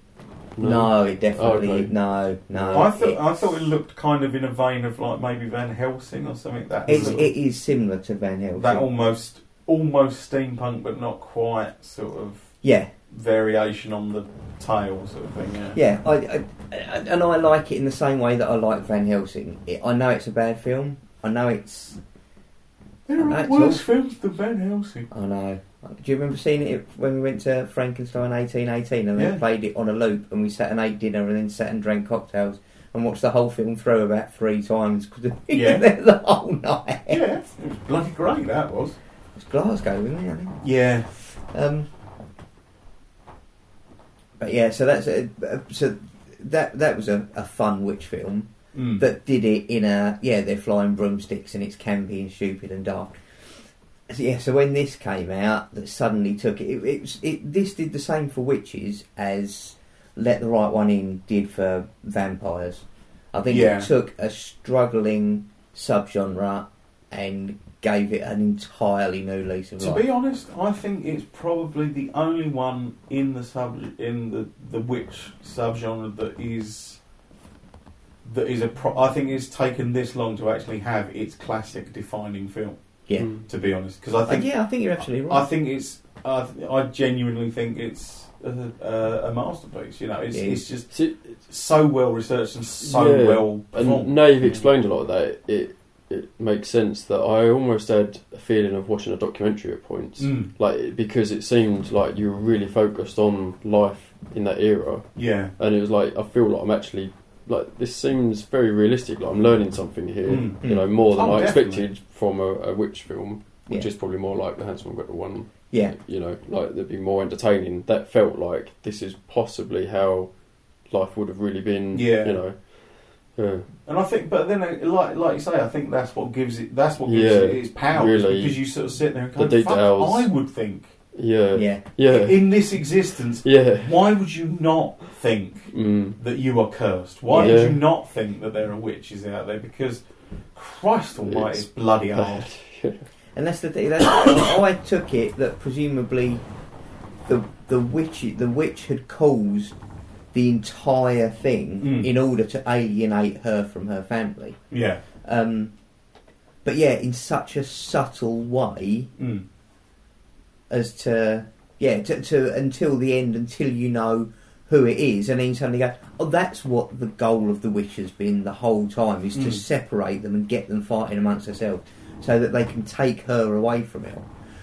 [SPEAKER 4] No, it definitely
[SPEAKER 3] Okay.
[SPEAKER 4] no, no.
[SPEAKER 2] I thought
[SPEAKER 4] it-
[SPEAKER 2] I thought it looked kind of in a vein of like maybe Van Helsing or something. That
[SPEAKER 4] It's,
[SPEAKER 2] sort
[SPEAKER 4] it
[SPEAKER 2] of-
[SPEAKER 4] is similar to Van Helsing.
[SPEAKER 2] that almost almost steampunk, but not quite sort of
[SPEAKER 4] yeah,
[SPEAKER 2] variation on the tail sort of thing. Yeah.
[SPEAKER 4] yeah. I, I, and I like it in the same way that I like Van Helsing. It, I know it's a bad film. I know it's.
[SPEAKER 2] There are
[SPEAKER 4] That's
[SPEAKER 2] worse films than Van Helsing.
[SPEAKER 4] I know. Do you remember seeing it when we went to Frankenstein 1818 and
[SPEAKER 2] Yeah.
[SPEAKER 4] they played it on a loop and we sat and ate dinner and then sat and drank cocktails and watched the whole film through about three times because we
[SPEAKER 2] Yeah.
[SPEAKER 4] were there the whole night.
[SPEAKER 2] Yeah, it was bloody great that was.
[SPEAKER 4] It's Glasgow, wasn't it? I think?
[SPEAKER 2] Yeah.
[SPEAKER 4] Um, but yeah, so that's a, a- so that that was a, a fun witch film.
[SPEAKER 2] Mm.
[SPEAKER 4] that did it in a yeah they're flying broomsticks and it's campy and stupid and dark so, yeah so when this came out that suddenly took it it, it, was, it this did the same for witches as let the right one in did for vampires i think
[SPEAKER 2] Yeah.
[SPEAKER 4] it took a struggling subgenre and gave it an entirely new lease of
[SPEAKER 2] to
[SPEAKER 4] life
[SPEAKER 2] be honest, I think it's probably the only one in the sub in the the witch subgenre that is that is a pro- I think it's taken this long to actually have its classic defining film.
[SPEAKER 4] yeah
[SPEAKER 3] Mm.
[SPEAKER 2] To be honest, because I
[SPEAKER 4] Uh,
[SPEAKER 2] think
[SPEAKER 4] yeah i think you're absolutely
[SPEAKER 2] I
[SPEAKER 4] right
[SPEAKER 2] think it's I, th- I genuinely think it's a, a, a masterpiece. You know, it's
[SPEAKER 4] It
[SPEAKER 2] it's
[SPEAKER 4] is.
[SPEAKER 2] just
[SPEAKER 3] See,
[SPEAKER 2] so well researched and so
[SPEAKER 3] Yeah.
[SPEAKER 2] well
[SPEAKER 3] and
[SPEAKER 2] performed. Hmm.
[SPEAKER 3] now you've explained a lot of that. It it makes sense that I almost had a feeling of watching a documentary at points.
[SPEAKER 2] Mm,
[SPEAKER 3] like because it seemed like you were really focused on life in that era,
[SPEAKER 2] yeah.
[SPEAKER 3] and it was like I feel like I'm actually like this seems very realistic. Like I'm learning something here,
[SPEAKER 2] Mm.
[SPEAKER 3] you know, more than
[SPEAKER 2] Oh,
[SPEAKER 3] I
[SPEAKER 2] definitely.
[SPEAKER 3] expected from a, a witch film, which
[SPEAKER 4] Yeah.
[SPEAKER 3] is probably more like the Hansel and Gretel one.
[SPEAKER 4] yeah
[SPEAKER 3] You know, like that'd be more entertaining. That felt like this is possibly how life would have really been.
[SPEAKER 2] Yeah.
[SPEAKER 3] you know. Yeah.
[SPEAKER 2] And I think, but then, uh, like, like you say, I think that's what gives it. That's what gives
[SPEAKER 3] Yeah,
[SPEAKER 2] it its power, is
[SPEAKER 3] really.
[SPEAKER 2] because you sort of sit there and go,
[SPEAKER 3] The
[SPEAKER 2] "Fuck,
[SPEAKER 3] details.
[SPEAKER 2] I would think
[SPEAKER 3] yeah, yeah,
[SPEAKER 4] yeah
[SPEAKER 3] yeah,
[SPEAKER 2] in this existence,
[SPEAKER 3] yeah.
[SPEAKER 2] why would you not think
[SPEAKER 3] Mm.
[SPEAKER 2] that you are cursed? Why
[SPEAKER 3] Yeah.
[SPEAKER 2] would you not think that there are witches out there? Because Christ Almighty,
[SPEAKER 3] It's
[SPEAKER 2] it's, bloody hard.
[SPEAKER 4] And that's the thing. That's, I took it that presumably the the witch the witch had caused the entire thing
[SPEAKER 2] Mm.
[SPEAKER 4] in order to alienate her from her family.
[SPEAKER 2] Yeah.
[SPEAKER 4] Um, but yeah, in such a subtle way
[SPEAKER 2] Mm.
[SPEAKER 4] as to yeah to, to until the end until you know who it is and then suddenly go oh that's what the goal of the witch has been the whole time is to
[SPEAKER 2] Mm.
[SPEAKER 4] separate them and get them fighting amongst themselves so that they can take her away from it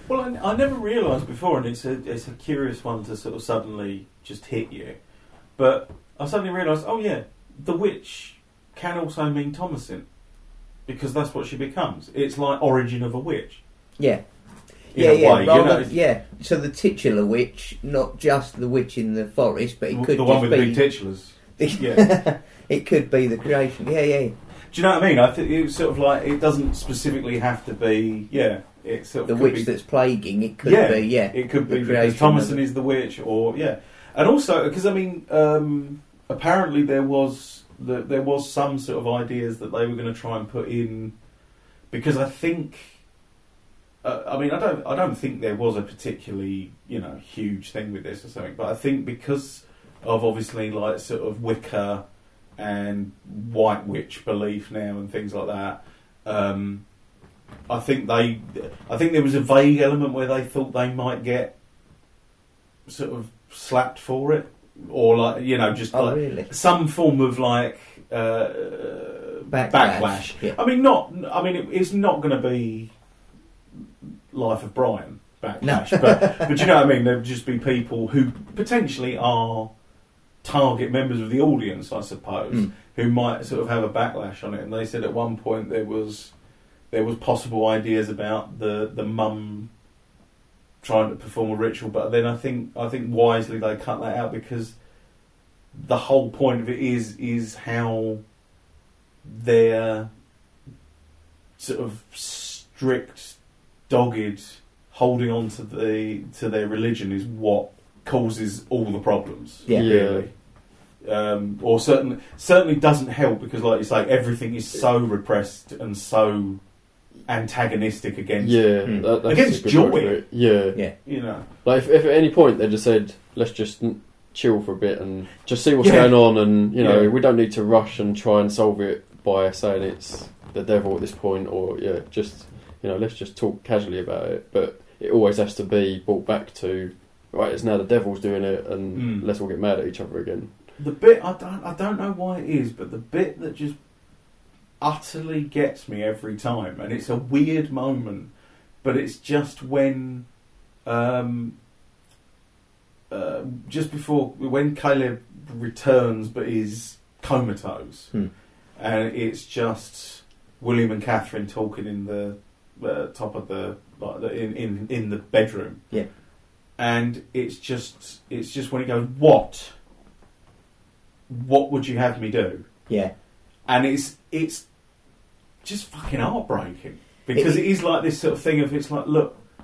[SPEAKER 2] Well, I, I never realised before, and it's a it's a curious one to sort of suddenly just hit you. But I suddenly realised, oh yeah, the witch can also mean Thomasin, because that's what she becomes. It's like origin of a witch.
[SPEAKER 4] yeah
[SPEAKER 2] In
[SPEAKER 4] yeah
[SPEAKER 2] a
[SPEAKER 4] yeah
[SPEAKER 2] way, you
[SPEAKER 4] rather-
[SPEAKER 2] know, it's-
[SPEAKER 4] yeah so the titular witch not just the witch in the forest but it
[SPEAKER 2] W-
[SPEAKER 4] could
[SPEAKER 2] the
[SPEAKER 4] just
[SPEAKER 2] one with
[SPEAKER 4] be
[SPEAKER 2] the big titulars.
[SPEAKER 4] it could be the creation yeah yeah
[SPEAKER 2] Do you know what I mean? I think it's sort of like it doesn't specifically have to be. Yeah, it sort of
[SPEAKER 4] the
[SPEAKER 2] could
[SPEAKER 4] witch
[SPEAKER 2] be-
[SPEAKER 4] that's plaguing it could
[SPEAKER 2] Yeah,
[SPEAKER 4] be yeah
[SPEAKER 2] It could
[SPEAKER 4] the
[SPEAKER 2] be
[SPEAKER 4] creation
[SPEAKER 2] because
[SPEAKER 4] of
[SPEAKER 2] Thomason
[SPEAKER 4] it.
[SPEAKER 2] is the witch, or yeah, and also because I mean, um, apparently there was the, there was some sort of ideas that they were going to try and put in because I think, uh, I mean, I don't I don't think there was a particularly you know huge thing with this or something, but I think because of obviously like sort of Wicca and white witch belief now and things like that. Um, I think they, I think there was a vague element where they thought they might get sort of slapped for it, or like you know just
[SPEAKER 4] oh
[SPEAKER 2] like
[SPEAKER 4] really
[SPEAKER 2] some form of like uh,
[SPEAKER 4] backlash,
[SPEAKER 2] backlash.
[SPEAKER 4] Yeah.
[SPEAKER 2] I mean, not. I mean, it, it's not going to be Life of Brian backlash, but but you know what I mean. There'd just be people who potentially are target members of the audience, I suppose,
[SPEAKER 4] Mm.
[SPEAKER 2] who might sort of have a backlash on it. And they said at one point there was there was possible ideas about the the mum trying to perform a ritual, but then I think I think wisely they cut that out because the whole point of it is is how their sort of strict, dogged holding on to the to their religion is what causes all the problems.
[SPEAKER 4] Yeah.
[SPEAKER 3] Yeah.
[SPEAKER 2] Really. Um, or certainly certainly doesn't help because, like you say, everything is so repressed and so antagonistic against
[SPEAKER 3] Yeah,
[SPEAKER 4] Hmm.
[SPEAKER 3] that, that's
[SPEAKER 2] Against
[SPEAKER 3] a good word
[SPEAKER 2] joy.
[SPEAKER 3] for it. Yeah,
[SPEAKER 4] Yeah.
[SPEAKER 2] you know.
[SPEAKER 3] like if, if at any point they just said, let's just n- chill for a bit and just see what's
[SPEAKER 2] Yeah.
[SPEAKER 3] going on, and you know
[SPEAKER 2] Yeah.
[SPEAKER 3] we don't need to rush and try and solve it by saying it's the devil at this point, or yeah, just you know let's just talk casually about it. But it always has to be brought back to right. It's now the devil's doing it, and
[SPEAKER 2] Hmm.
[SPEAKER 3] let's all get mad at each other again.
[SPEAKER 2] The bit I don't I don't know why it is, but the bit that just utterly gets me every time, and it's a weird moment, but it's just when, um, uh, just before when Caleb returns, but is comatose,
[SPEAKER 4] Hmm.
[SPEAKER 2] and it's just William and Catherine talking in the uh, top of the like the- in in in the bedroom.
[SPEAKER 4] Yeah.
[SPEAKER 2] and it's just it's just when he goes, what? What would you have me do?
[SPEAKER 4] Yeah,
[SPEAKER 2] and it's it's just fucking heartbreaking because
[SPEAKER 4] It-
[SPEAKER 2] it is like this sort of thing of it's like look I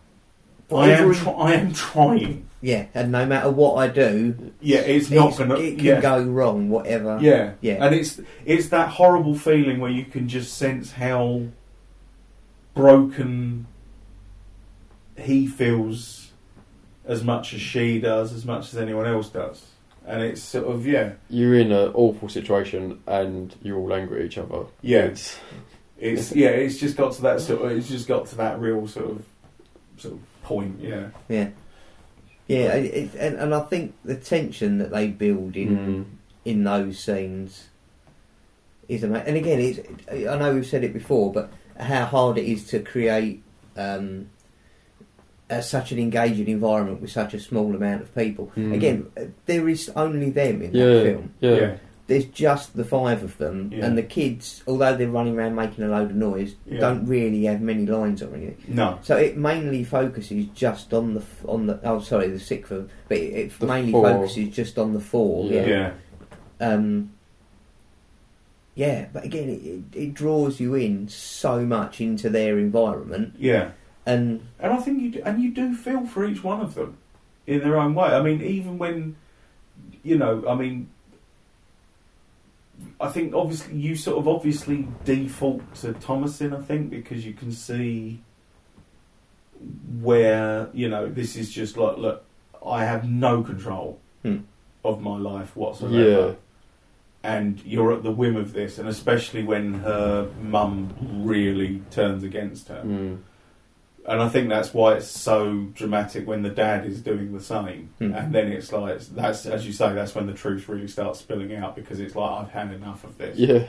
[SPEAKER 4] Whatever
[SPEAKER 2] am
[SPEAKER 4] it-
[SPEAKER 2] try I am trying
[SPEAKER 4] yeah, and no matter what I do,
[SPEAKER 2] yeah it's not
[SPEAKER 4] it's-
[SPEAKER 2] gonna
[SPEAKER 4] it can
[SPEAKER 2] yeah
[SPEAKER 4] go wrong. Whatever.
[SPEAKER 2] yeah
[SPEAKER 4] yeah,
[SPEAKER 2] and it's it's that horrible feeling where you can just sense how broken he feels as much as she does as much as anyone else does and it's sort of yeah
[SPEAKER 3] You're in an awful situation, and you're all angry at each other.
[SPEAKER 2] Yeah.
[SPEAKER 3] It's-
[SPEAKER 2] it's yeah it's just got to that sort of it's just got to that real sort of sort of point yeah
[SPEAKER 4] yeah, yeah. It, it, and, and I think the tension that they build in
[SPEAKER 3] Mm.
[SPEAKER 4] in those scenes is amazing. And again, it's, I know we've said it before, but how hard it is to create um, uh, such an engaging environment with such a small amount of people.
[SPEAKER 3] Mm.
[SPEAKER 4] Again, uh, there is only them in
[SPEAKER 3] yeah,
[SPEAKER 4] that film.
[SPEAKER 3] yeah,
[SPEAKER 4] there's just the five of them,
[SPEAKER 2] Yeah.
[SPEAKER 4] and the kids, although they're running around making a load of noise,
[SPEAKER 2] Yeah.
[SPEAKER 4] don't really have many lines or anything.
[SPEAKER 2] no
[SPEAKER 4] So it mainly focuses just on the f- on the oh sorry the sixth of but it, it
[SPEAKER 3] The
[SPEAKER 4] mainly
[SPEAKER 3] four.
[SPEAKER 4] focuses just on the four.
[SPEAKER 3] Yeah.
[SPEAKER 4] Yeah.
[SPEAKER 2] yeah
[SPEAKER 4] Um, yeah, but again, it, it, it draws you in so much into their environment,
[SPEAKER 2] yeah
[SPEAKER 4] and
[SPEAKER 2] and I think you do, and you do feel for each one of them in their own way I mean even when you know I mean I think obviously you sort of obviously default to Thomasin I think because you can see where you know this is just like look I have no control
[SPEAKER 4] Hmm.
[SPEAKER 2] of my life whatsoever.
[SPEAKER 3] Yeah.
[SPEAKER 2] And you're at the whim of this, and especially when her mum really turns against her.
[SPEAKER 3] Mm.
[SPEAKER 2] And I think that's why it's so dramatic when the dad is doing the same.
[SPEAKER 3] Hmm.
[SPEAKER 4] Mm.
[SPEAKER 2] And then it's like, that's as you say, that's when the truth really starts spilling out because it's like, I've had enough of this.
[SPEAKER 3] Yeah.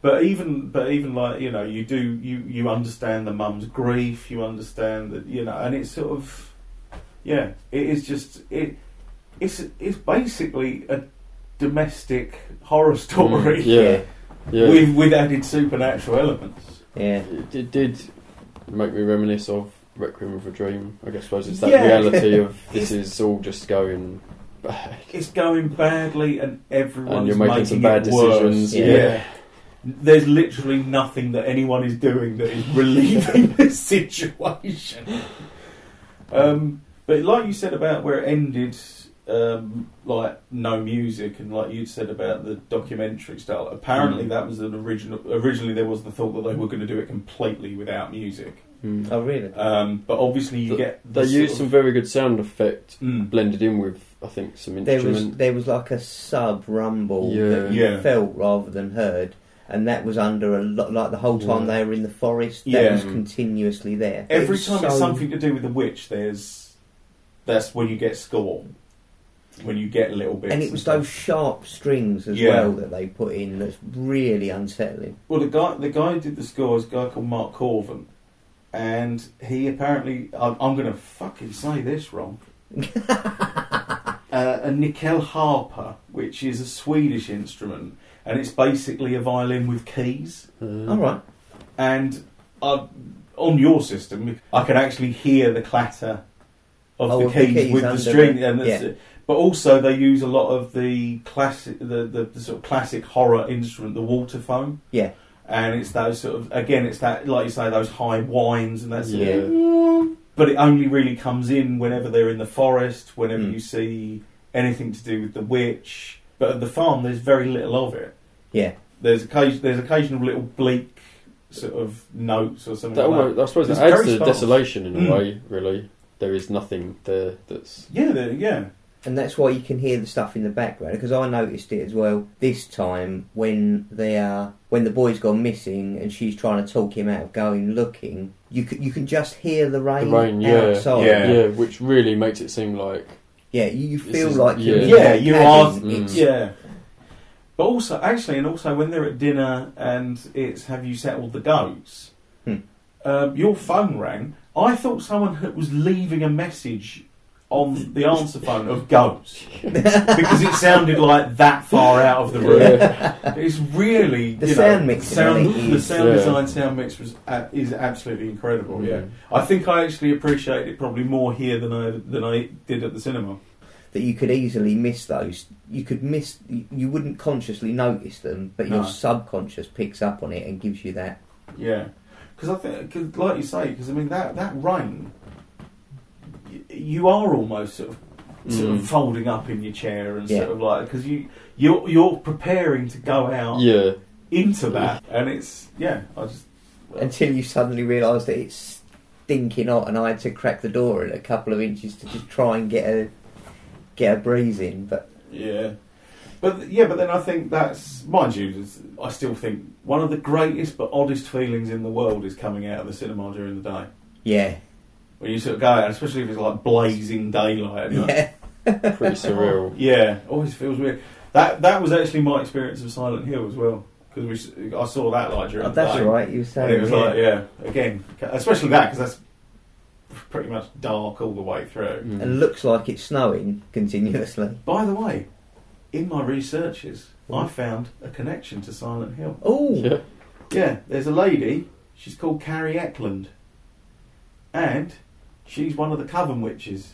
[SPEAKER 2] But even, but even like, you know, you do, you, you understand the mum's grief, you understand that, you know, and it's sort of, yeah, it is just, it, it's, it's basically a domestic horror story
[SPEAKER 3] Mm, yeah. Yeah.
[SPEAKER 2] with, with added supernatural elements.
[SPEAKER 4] yeah,
[SPEAKER 3] it did make me reminisce of Requiem of a Dream. I guess suppose it's that
[SPEAKER 2] Yeah.
[SPEAKER 3] reality of this is all just going bad.
[SPEAKER 2] It's going badly, and everyone's
[SPEAKER 3] And you're making some bad
[SPEAKER 2] it worse.
[SPEAKER 3] decisions,
[SPEAKER 4] yeah.
[SPEAKER 2] There's literally nothing that anyone is doing that is relieving the situation. Um, but like you said about where it ended, um, like no music, and like you said about the documentary style. Apparently,
[SPEAKER 3] Mm.
[SPEAKER 2] that was an original. Originally, there was the thought that they were going to do it completely without music.
[SPEAKER 3] Mm.
[SPEAKER 4] oh really?
[SPEAKER 2] Um, but obviously, you
[SPEAKER 3] Th-
[SPEAKER 2] get the
[SPEAKER 3] They used
[SPEAKER 2] sort
[SPEAKER 3] some
[SPEAKER 2] of-
[SPEAKER 3] very good sound effect
[SPEAKER 2] Mm.
[SPEAKER 3] blended in with, I think, some
[SPEAKER 4] There was
[SPEAKER 3] instrument.
[SPEAKER 4] there was like a sub rumble
[SPEAKER 3] Yeah.
[SPEAKER 4] that you
[SPEAKER 2] Yeah.
[SPEAKER 4] felt rather than heard, and that was under a lot like the whole time
[SPEAKER 3] Yeah.
[SPEAKER 4] they were in the forest. That
[SPEAKER 2] Yeah.
[SPEAKER 4] was continuously there. It
[SPEAKER 2] Every
[SPEAKER 4] was
[SPEAKER 2] time it's
[SPEAKER 4] so-
[SPEAKER 2] something to do with the witch, there's that's when you get score, when you get little bits.
[SPEAKER 4] and it was those
[SPEAKER 2] stuff.
[SPEAKER 4] sharp strings as
[SPEAKER 2] Yeah.
[SPEAKER 4] well that they put in. That's really unsettling.
[SPEAKER 2] Well, the guy the guy who did the score is a guy called Mark Corvin, and he apparently I'm, I'm going to fucking say this wrong. uh, a Nickel Harper, which is a Swedish instrument, and it's basically a violin with keys.
[SPEAKER 3] Uh,
[SPEAKER 4] All right,
[SPEAKER 2] And I, on your system, I can actually hear the clatter of
[SPEAKER 4] Oh,
[SPEAKER 2] the,
[SPEAKER 4] of the
[SPEAKER 2] keys
[SPEAKER 4] keys
[SPEAKER 2] with the
[SPEAKER 4] under
[SPEAKER 2] string.
[SPEAKER 4] the-
[SPEAKER 2] and that's it. But also, they use a lot of the classic, the, the, the sort of classic horror instrument, the water foam.
[SPEAKER 4] Yeah.
[SPEAKER 2] And it's those sort of again, it's that like you say, those high whines and that sort of-
[SPEAKER 3] Yeah.
[SPEAKER 2] But it only really comes in whenever they're in the forest, whenever
[SPEAKER 4] Mm.
[SPEAKER 2] you see anything to do with the witch. But at the farm, there's very little of it.
[SPEAKER 4] yeah,
[SPEAKER 2] There's occasion, there's occasional little bleak sort of notes or something.
[SPEAKER 3] That
[SPEAKER 2] like that.
[SPEAKER 3] almost, I suppose
[SPEAKER 2] It's
[SPEAKER 3] it adds
[SPEAKER 2] very
[SPEAKER 3] to the
[SPEAKER 2] sparse.
[SPEAKER 3] desolation in a
[SPEAKER 2] Mm.
[SPEAKER 3] way, really. There is nothing there that's.
[SPEAKER 2] Yeah, the, yeah.
[SPEAKER 4] and that's why you can hear the stuff in the background because I noticed it as well this time when they are when the boy's gone missing and she's trying to talk him out of going looking. You can, you can just hear the rain,
[SPEAKER 3] rain, yeah.
[SPEAKER 4] outside.
[SPEAKER 2] Yeah.
[SPEAKER 3] Yeah. which really makes it seem like.
[SPEAKER 4] Yeah, you, you
[SPEAKER 3] This
[SPEAKER 4] feel
[SPEAKER 3] is-
[SPEAKER 4] like you're
[SPEAKER 3] yeah.
[SPEAKER 4] in
[SPEAKER 2] Yeah,
[SPEAKER 4] that
[SPEAKER 2] you
[SPEAKER 4] cabin.
[SPEAKER 3] are-
[SPEAKER 4] It's-
[SPEAKER 3] Mm.
[SPEAKER 2] Yeah. But also, actually, and also when they're at dinner and it's have you settled the goats,
[SPEAKER 4] Hmm.
[SPEAKER 2] um, your phone rang. I thought someone had- was leaving a message on the answer phone of goats because it sounded like that far out of the room.
[SPEAKER 3] Yeah.
[SPEAKER 2] It's really
[SPEAKER 4] The
[SPEAKER 2] you
[SPEAKER 4] sound
[SPEAKER 2] know,
[SPEAKER 4] mixing
[SPEAKER 2] sound-
[SPEAKER 4] on it
[SPEAKER 2] the
[SPEAKER 4] is-
[SPEAKER 2] sound
[SPEAKER 3] Yeah.
[SPEAKER 2] design, sound mix was a is absolutely incredible. Oh, Yeah,
[SPEAKER 3] Mm.
[SPEAKER 2] I think I actually appreciate it probably more here than I than I did at the cinema.
[SPEAKER 4] that you could easily miss those. You could miss. You you wouldn't consciously notice them, but your
[SPEAKER 2] No.
[SPEAKER 4] subconscious picks up on it and gives you that.
[SPEAKER 2] Yeah, because I think, cause like you say, because I mean that that rain, y- you are almost sort of sort
[SPEAKER 3] Mm.
[SPEAKER 2] of folding up in your chair and
[SPEAKER 4] Yeah.
[SPEAKER 2] sort of like because you you're you're preparing to go out
[SPEAKER 3] Yeah.
[SPEAKER 2] into that, and it's yeah, I just
[SPEAKER 4] Until you suddenly realise that it's stinking hot, and I had to crack the door in a couple of inches to just try and get a get a breeze in. But
[SPEAKER 2] yeah. But th- yeah, but then I think that's mind you. it's- I still think one of the greatest but oddest feelings in the world is coming out of the cinema during the day
[SPEAKER 4] yeah,
[SPEAKER 2] when you sort of go out, especially if it's like blazing daylight. And you're like,
[SPEAKER 4] yeah,
[SPEAKER 3] Pretty surreal.
[SPEAKER 2] Yeah, always feels weird. That that was actually my experience of Silent Hill as well because we s- I saw that like during
[SPEAKER 4] Oh, that's
[SPEAKER 2] the day.
[SPEAKER 4] right. You were
[SPEAKER 2] And it
[SPEAKER 4] saying
[SPEAKER 2] was
[SPEAKER 4] yeah.
[SPEAKER 2] like yeah, again, especially that because that's pretty much dark all the way through.
[SPEAKER 3] Mm.
[SPEAKER 4] and looks like it's snowing continuously.
[SPEAKER 2] By the way, in my researches,
[SPEAKER 4] Mm.
[SPEAKER 2] I found a connection to Silent Hill.
[SPEAKER 4] Oh,
[SPEAKER 3] Yeah.
[SPEAKER 2] Yeah, there's a lady. She's called Carrie Eckland, and she's one of the Coven witches,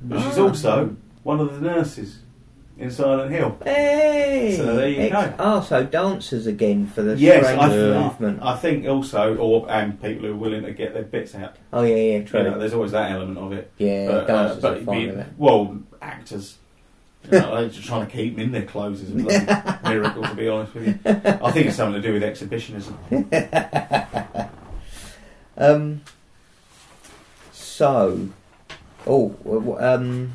[SPEAKER 2] but she's
[SPEAKER 4] Ah.
[SPEAKER 2] also one of the nurses in Silent Hill.
[SPEAKER 4] hey!
[SPEAKER 2] So there you
[SPEAKER 4] Ex-
[SPEAKER 2] go.
[SPEAKER 4] Oh, so dancers again for the
[SPEAKER 2] Yes,
[SPEAKER 4] strange
[SPEAKER 2] I,
[SPEAKER 3] Yeah.
[SPEAKER 4] movement.
[SPEAKER 2] I think also, or and people who are willing to get their bits out.
[SPEAKER 4] Oh yeah, yeah,
[SPEAKER 2] You
[SPEAKER 4] true.
[SPEAKER 2] know, there's always that element of it.
[SPEAKER 4] yeah,
[SPEAKER 2] but, uh,
[SPEAKER 4] dancers
[SPEAKER 2] but
[SPEAKER 4] are fine
[SPEAKER 2] you-
[SPEAKER 4] with that.
[SPEAKER 2] well, actors. You know, they're just trying to keep them in their clothes is a bloody miracle, to be honest with you. I think it's something to do with exhibitionism.
[SPEAKER 4] Um. So, oh, w- w- um,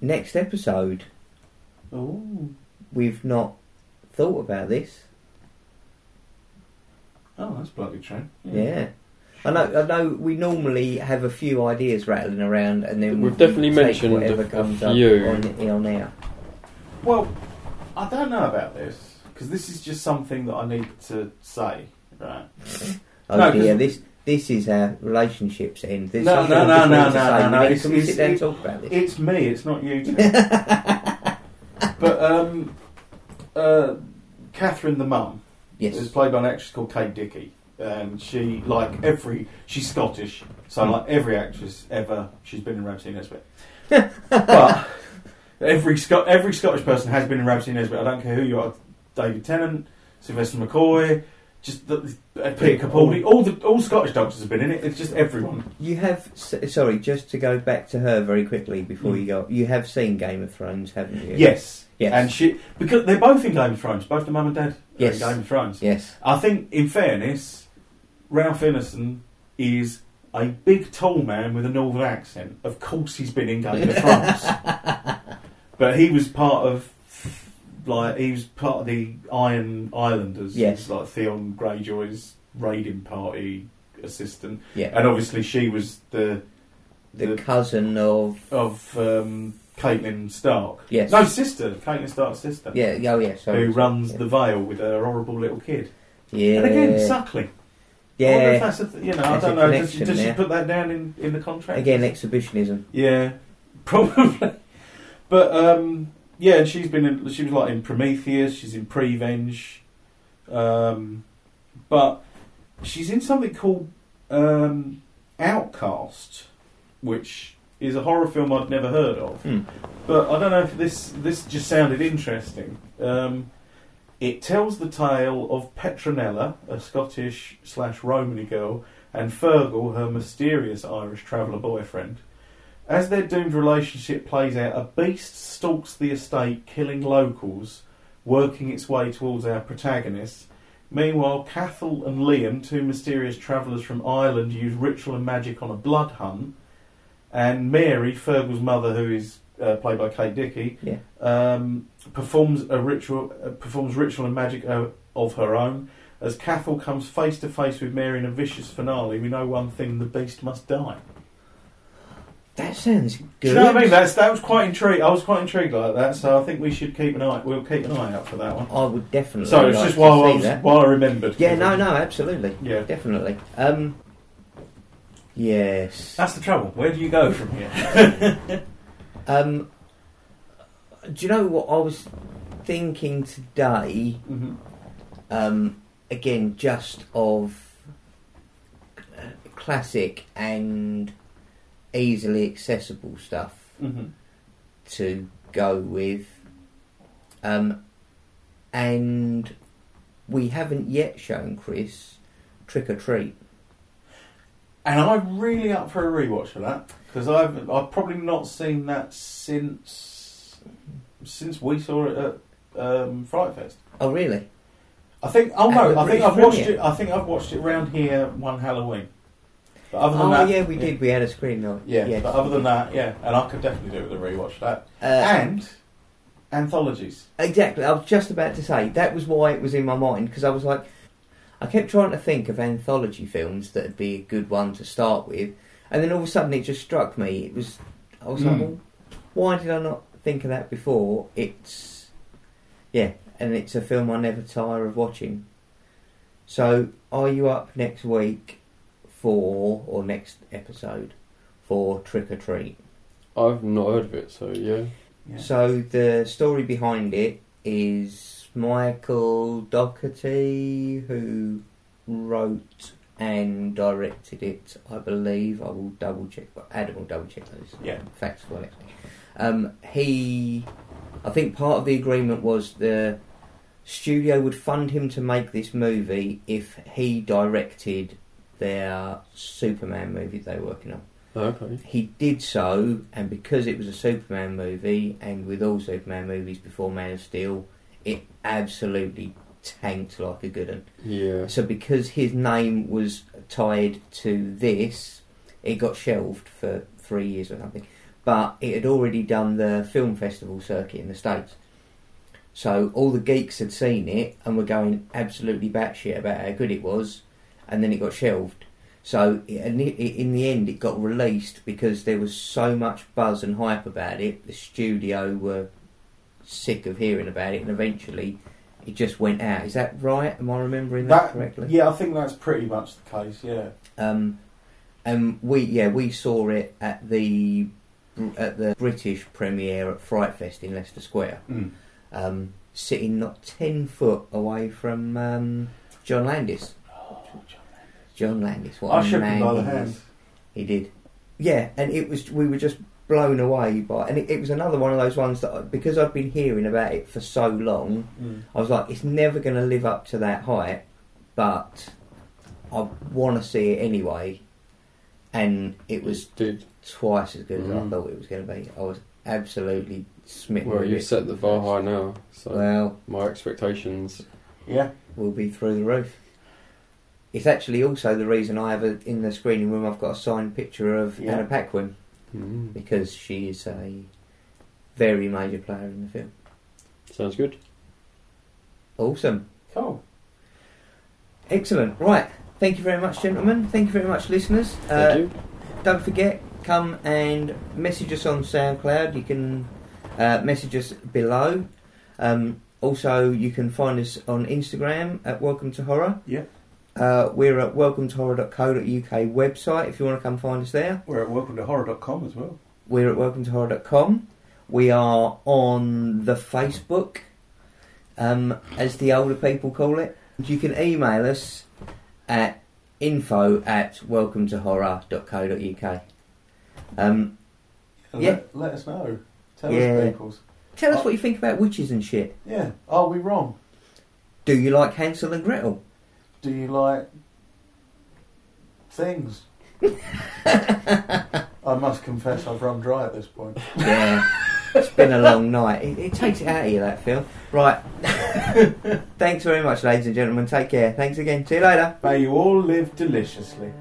[SPEAKER 4] next episode.
[SPEAKER 2] Oh,
[SPEAKER 4] We've not thought about this.
[SPEAKER 2] oh, that's bloody true.
[SPEAKER 3] Mm.
[SPEAKER 4] Yeah. I know. I know. We normally have a few ideas rattling around, and then
[SPEAKER 3] We've
[SPEAKER 4] we
[SPEAKER 3] definitely
[SPEAKER 4] take
[SPEAKER 3] mentioned
[SPEAKER 4] whatever
[SPEAKER 3] a- a
[SPEAKER 4] comes
[SPEAKER 3] few.
[SPEAKER 4] up on, on air.
[SPEAKER 2] Well, I don't know about this because this is just something that I need to say, right?
[SPEAKER 4] Oh
[SPEAKER 2] No, 'cause-
[SPEAKER 4] dear, this this is how relationships end. There's
[SPEAKER 2] No,
[SPEAKER 4] nothing
[SPEAKER 2] no, no,
[SPEAKER 4] between
[SPEAKER 2] no,
[SPEAKER 4] us
[SPEAKER 2] no, no,
[SPEAKER 4] saying,
[SPEAKER 2] no,
[SPEAKER 4] "Mate,
[SPEAKER 2] it's-
[SPEAKER 4] Can we
[SPEAKER 2] it's-
[SPEAKER 4] sit down and
[SPEAKER 2] it-
[SPEAKER 4] talk about this?
[SPEAKER 2] It's me. It's not you. Tim. but um, uh, Catherine, the mum, is
[SPEAKER 4] Yes.
[SPEAKER 2] played by an actress called Kate Dickey, and she, like every, she's Scottish, so like every actress ever, she's been in Ramsey Nesbitt. but every Scot- every Scottish person has been in Ramsey Nesbitt. I don't care who you are, David Tennant, Sylvester McCoy. Just the, uh, Peter Capaldi, all the all Scottish doctors have been in it. It's just everyone.
[SPEAKER 4] You have. s- Sorry, just to go back to her very quickly before
[SPEAKER 2] Mm.
[SPEAKER 4] you go. You have seen Game of Thrones, haven't you?
[SPEAKER 2] Yes,
[SPEAKER 4] Yes.
[SPEAKER 2] and she because they're both in Game of Thrones. Both the mum and dad are
[SPEAKER 4] Yes.
[SPEAKER 2] in Game of Thrones.
[SPEAKER 4] yes.
[SPEAKER 2] I think, in fairness, Ralph Ineson is a big, tall man with a northern accent. Of course, he's been in Game of Thrones, but he was part of like he was part of the Iron Islanders.
[SPEAKER 4] Yes.
[SPEAKER 2] like Theon Greyjoy's raiding party assistant,
[SPEAKER 4] Yeah.
[SPEAKER 2] and obviously she was the
[SPEAKER 4] The,
[SPEAKER 2] the
[SPEAKER 4] cousin of
[SPEAKER 2] of um, Catelyn Stark.
[SPEAKER 4] yes.
[SPEAKER 2] No, sister, Catelyn Stark's sister.
[SPEAKER 4] Yeah. Oh, yeah. Sorry.
[SPEAKER 2] Who runs
[SPEAKER 4] Yeah.
[SPEAKER 2] the Vale with her horrible little kid?
[SPEAKER 4] Yeah.
[SPEAKER 2] And again, suckling. I wonder if
[SPEAKER 4] yeah.
[SPEAKER 2] that's a th- you know,
[SPEAKER 4] That's
[SPEAKER 2] I
[SPEAKER 4] a
[SPEAKER 2] don't know. Does,
[SPEAKER 4] connection
[SPEAKER 2] does she
[SPEAKER 4] there.
[SPEAKER 2] put that down in, in the contract?
[SPEAKER 4] Again, exhibitionism.
[SPEAKER 2] Yeah, probably. But um, yeah, and she's been in, she was like in Prometheus. She's in Prevenge. Um, but she's in something called um, Outcast, which is a horror film I'd never heard of.
[SPEAKER 4] Hmm.
[SPEAKER 2] But I don't know if this this just sounded interesting. Um, it tells the tale of Petronella, a Scottish slash Romany girl, and Fergal, her mysterious Irish traveller boyfriend. As their doomed relationship plays out, a beast stalks the estate, killing locals, working its way towards our protagonists. Meanwhile, Cathal and Liam, two mysterious travellers from Ireland, use ritual and magic on a blood hunt. And Mary, Fergal's mother, who is uh, played by Kate Dickey,
[SPEAKER 4] Yeah.
[SPEAKER 2] um, performs a ritual uh, performs ritual and magic o- of her own. As Cathal comes face to face with Mary in a vicious finale, we know one thing: the beast must die.
[SPEAKER 4] That sounds good.
[SPEAKER 2] Do you know what I mean? That's that was quite intrigued. I was quite intrigued like that, so I think we should keep an eye. We'll keep an eye out for that one.
[SPEAKER 4] I would definitely.
[SPEAKER 2] So it's
[SPEAKER 4] like
[SPEAKER 2] just
[SPEAKER 4] to
[SPEAKER 2] while
[SPEAKER 4] see
[SPEAKER 2] I was,
[SPEAKER 4] that.
[SPEAKER 2] while I remembered.
[SPEAKER 4] Yeah. No. No. Absolutely.
[SPEAKER 2] Yeah.
[SPEAKER 4] Definitely. Um. Yes.
[SPEAKER 2] That's the trouble. Where do you go from here?
[SPEAKER 4] Um. Do you know what I was thinking today?
[SPEAKER 2] Mm-hmm.
[SPEAKER 4] Um. Again, just of uh, classic and easily accessible stuff.
[SPEAKER 2] Mm-hmm.
[SPEAKER 4] to go with. Um, and we haven't yet shown Chris Trick or Treat.
[SPEAKER 2] And I'm really up for a rewatch of that because I've I've probably not seen that since since we saw it at um, Fright Fest.
[SPEAKER 4] Oh, really?
[SPEAKER 2] I think oh
[SPEAKER 4] At
[SPEAKER 2] no,
[SPEAKER 4] the
[SPEAKER 2] I think
[SPEAKER 4] British
[SPEAKER 2] I've watched
[SPEAKER 4] premiere.
[SPEAKER 2] it. I think I've watched it round here one Halloween. But other than
[SPEAKER 4] Oh,
[SPEAKER 2] that,
[SPEAKER 4] yeah, we did. We had a screen night. Uh,
[SPEAKER 2] Yeah,
[SPEAKER 4] Yes.
[SPEAKER 2] but other than that, yeah, and I could definitely do it with a rewatch of that.
[SPEAKER 4] Uh,
[SPEAKER 2] and anthologies.
[SPEAKER 4] exactly. I was just about to say that was why it was in my mind because I was like, I kept trying to think of anthology films that would be a good one to start with, and then all of a sudden it just struck me. It was I was like,
[SPEAKER 2] Hmm.
[SPEAKER 4] well, why did I not think of that before? It's yeah, and it's a film I never tire of watching. So, are you up next week for or next episode for Trick or Treat?
[SPEAKER 3] I've not heard of it, so yeah.
[SPEAKER 2] Yeah.
[SPEAKER 4] So the story behind it is Michael Doherty, who wrote and directed it, I believe. I will double check. Well, Adam will double check those um,
[SPEAKER 2] Yeah.
[SPEAKER 4] facts for next week. Um, he, I think part of the agreement was the studio would fund him to make this movie if he directed their Superman movie they were working on.
[SPEAKER 3] Okay.
[SPEAKER 4] He did so, and because it was a Superman movie, and with all Superman movies before Man of Steel, it absolutely tanked like a good one.
[SPEAKER 3] Yeah.
[SPEAKER 4] So, because his name was tied to this, it got shelved for three years or something. but it had already done the film festival circuit in the States. So all the geeks had seen it and were going absolutely batshit about how good it was, and then it got shelved. So it, and it- it- in the end, it got released because there was so much buzz and hype about it. The studio were sick of hearing about it, and eventually, it just went out. Is that right? Am I remembering that, correctly?
[SPEAKER 2] yeah, I think that's pretty much the case. Yeah,
[SPEAKER 4] Um, and we yeah we saw it at the at the British premiere at Fright Fest in Leicester Square,
[SPEAKER 2] Hmm.
[SPEAKER 4] um, sitting not ten foot away from um, John Landis. John Landis, what
[SPEAKER 2] I
[SPEAKER 4] a
[SPEAKER 2] shook
[SPEAKER 4] man
[SPEAKER 2] him by the
[SPEAKER 4] he
[SPEAKER 2] hand.
[SPEAKER 4] is. He did. Yeah, and it was we were just blown away by, and it, it was another one of those ones that I- because I'd been hearing about it for so long,
[SPEAKER 2] Mm.
[SPEAKER 4] I was like, it's never going to live up to that height, but I want to see it anyway. And it was
[SPEAKER 3] did.
[SPEAKER 4] twice as good as I
[SPEAKER 3] Mm.
[SPEAKER 4] thought it was going to be. I was absolutely smitten.
[SPEAKER 3] Well,
[SPEAKER 4] with
[SPEAKER 3] you
[SPEAKER 4] it.
[SPEAKER 3] set the bar high now, so
[SPEAKER 4] Well,
[SPEAKER 3] my expectations.
[SPEAKER 2] Yeah,
[SPEAKER 4] we'll be through the roof. It's actually also the reason I have a, in the screening room. I've got a signed picture of
[SPEAKER 2] Yeah.
[SPEAKER 4] Anna Paquin
[SPEAKER 3] Mm,
[SPEAKER 4] because she is a very major player in the film.
[SPEAKER 3] sounds good.
[SPEAKER 4] Awesome.
[SPEAKER 2] cool.
[SPEAKER 4] Excellent. Right. Thank you very much, gentlemen. Thank you very much, listeners.
[SPEAKER 3] Thank you.
[SPEAKER 4] Don't forget, come and message us on SoundCloud. You can uh, message us below. Um, also, you can find us on Instagram at Welcome to Horror.
[SPEAKER 2] Yeah.
[SPEAKER 4] Uh, we're at welcome to horror.co.uk website if you want to come find us there.
[SPEAKER 2] We're at welcome to horror.com as well.
[SPEAKER 4] We're at welcome to horror.com. We are on the Facebook, um, as the older people call it. You can email us at info at welcome to horror.co.uk. Um,
[SPEAKER 2] And
[SPEAKER 4] Yeah.
[SPEAKER 2] Let, let us know. Tell
[SPEAKER 4] Yeah.
[SPEAKER 2] us, peoples.
[SPEAKER 4] Tell us
[SPEAKER 2] Oh.
[SPEAKER 4] what you think about witches and shit.
[SPEAKER 2] Yeah. Are we wrong?
[SPEAKER 4] Do you like Hansel and Gretel?
[SPEAKER 2] Do you like things? I must confess, I've run dry at this point.
[SPEAKER 4] Yeah. it's been a long night. It, it takes it out of you, that film. Right. Thanks very much, ladies and gentlemen. Take care. Thanks again. See you later.
[SPEAKER 2] May you all live deliciously.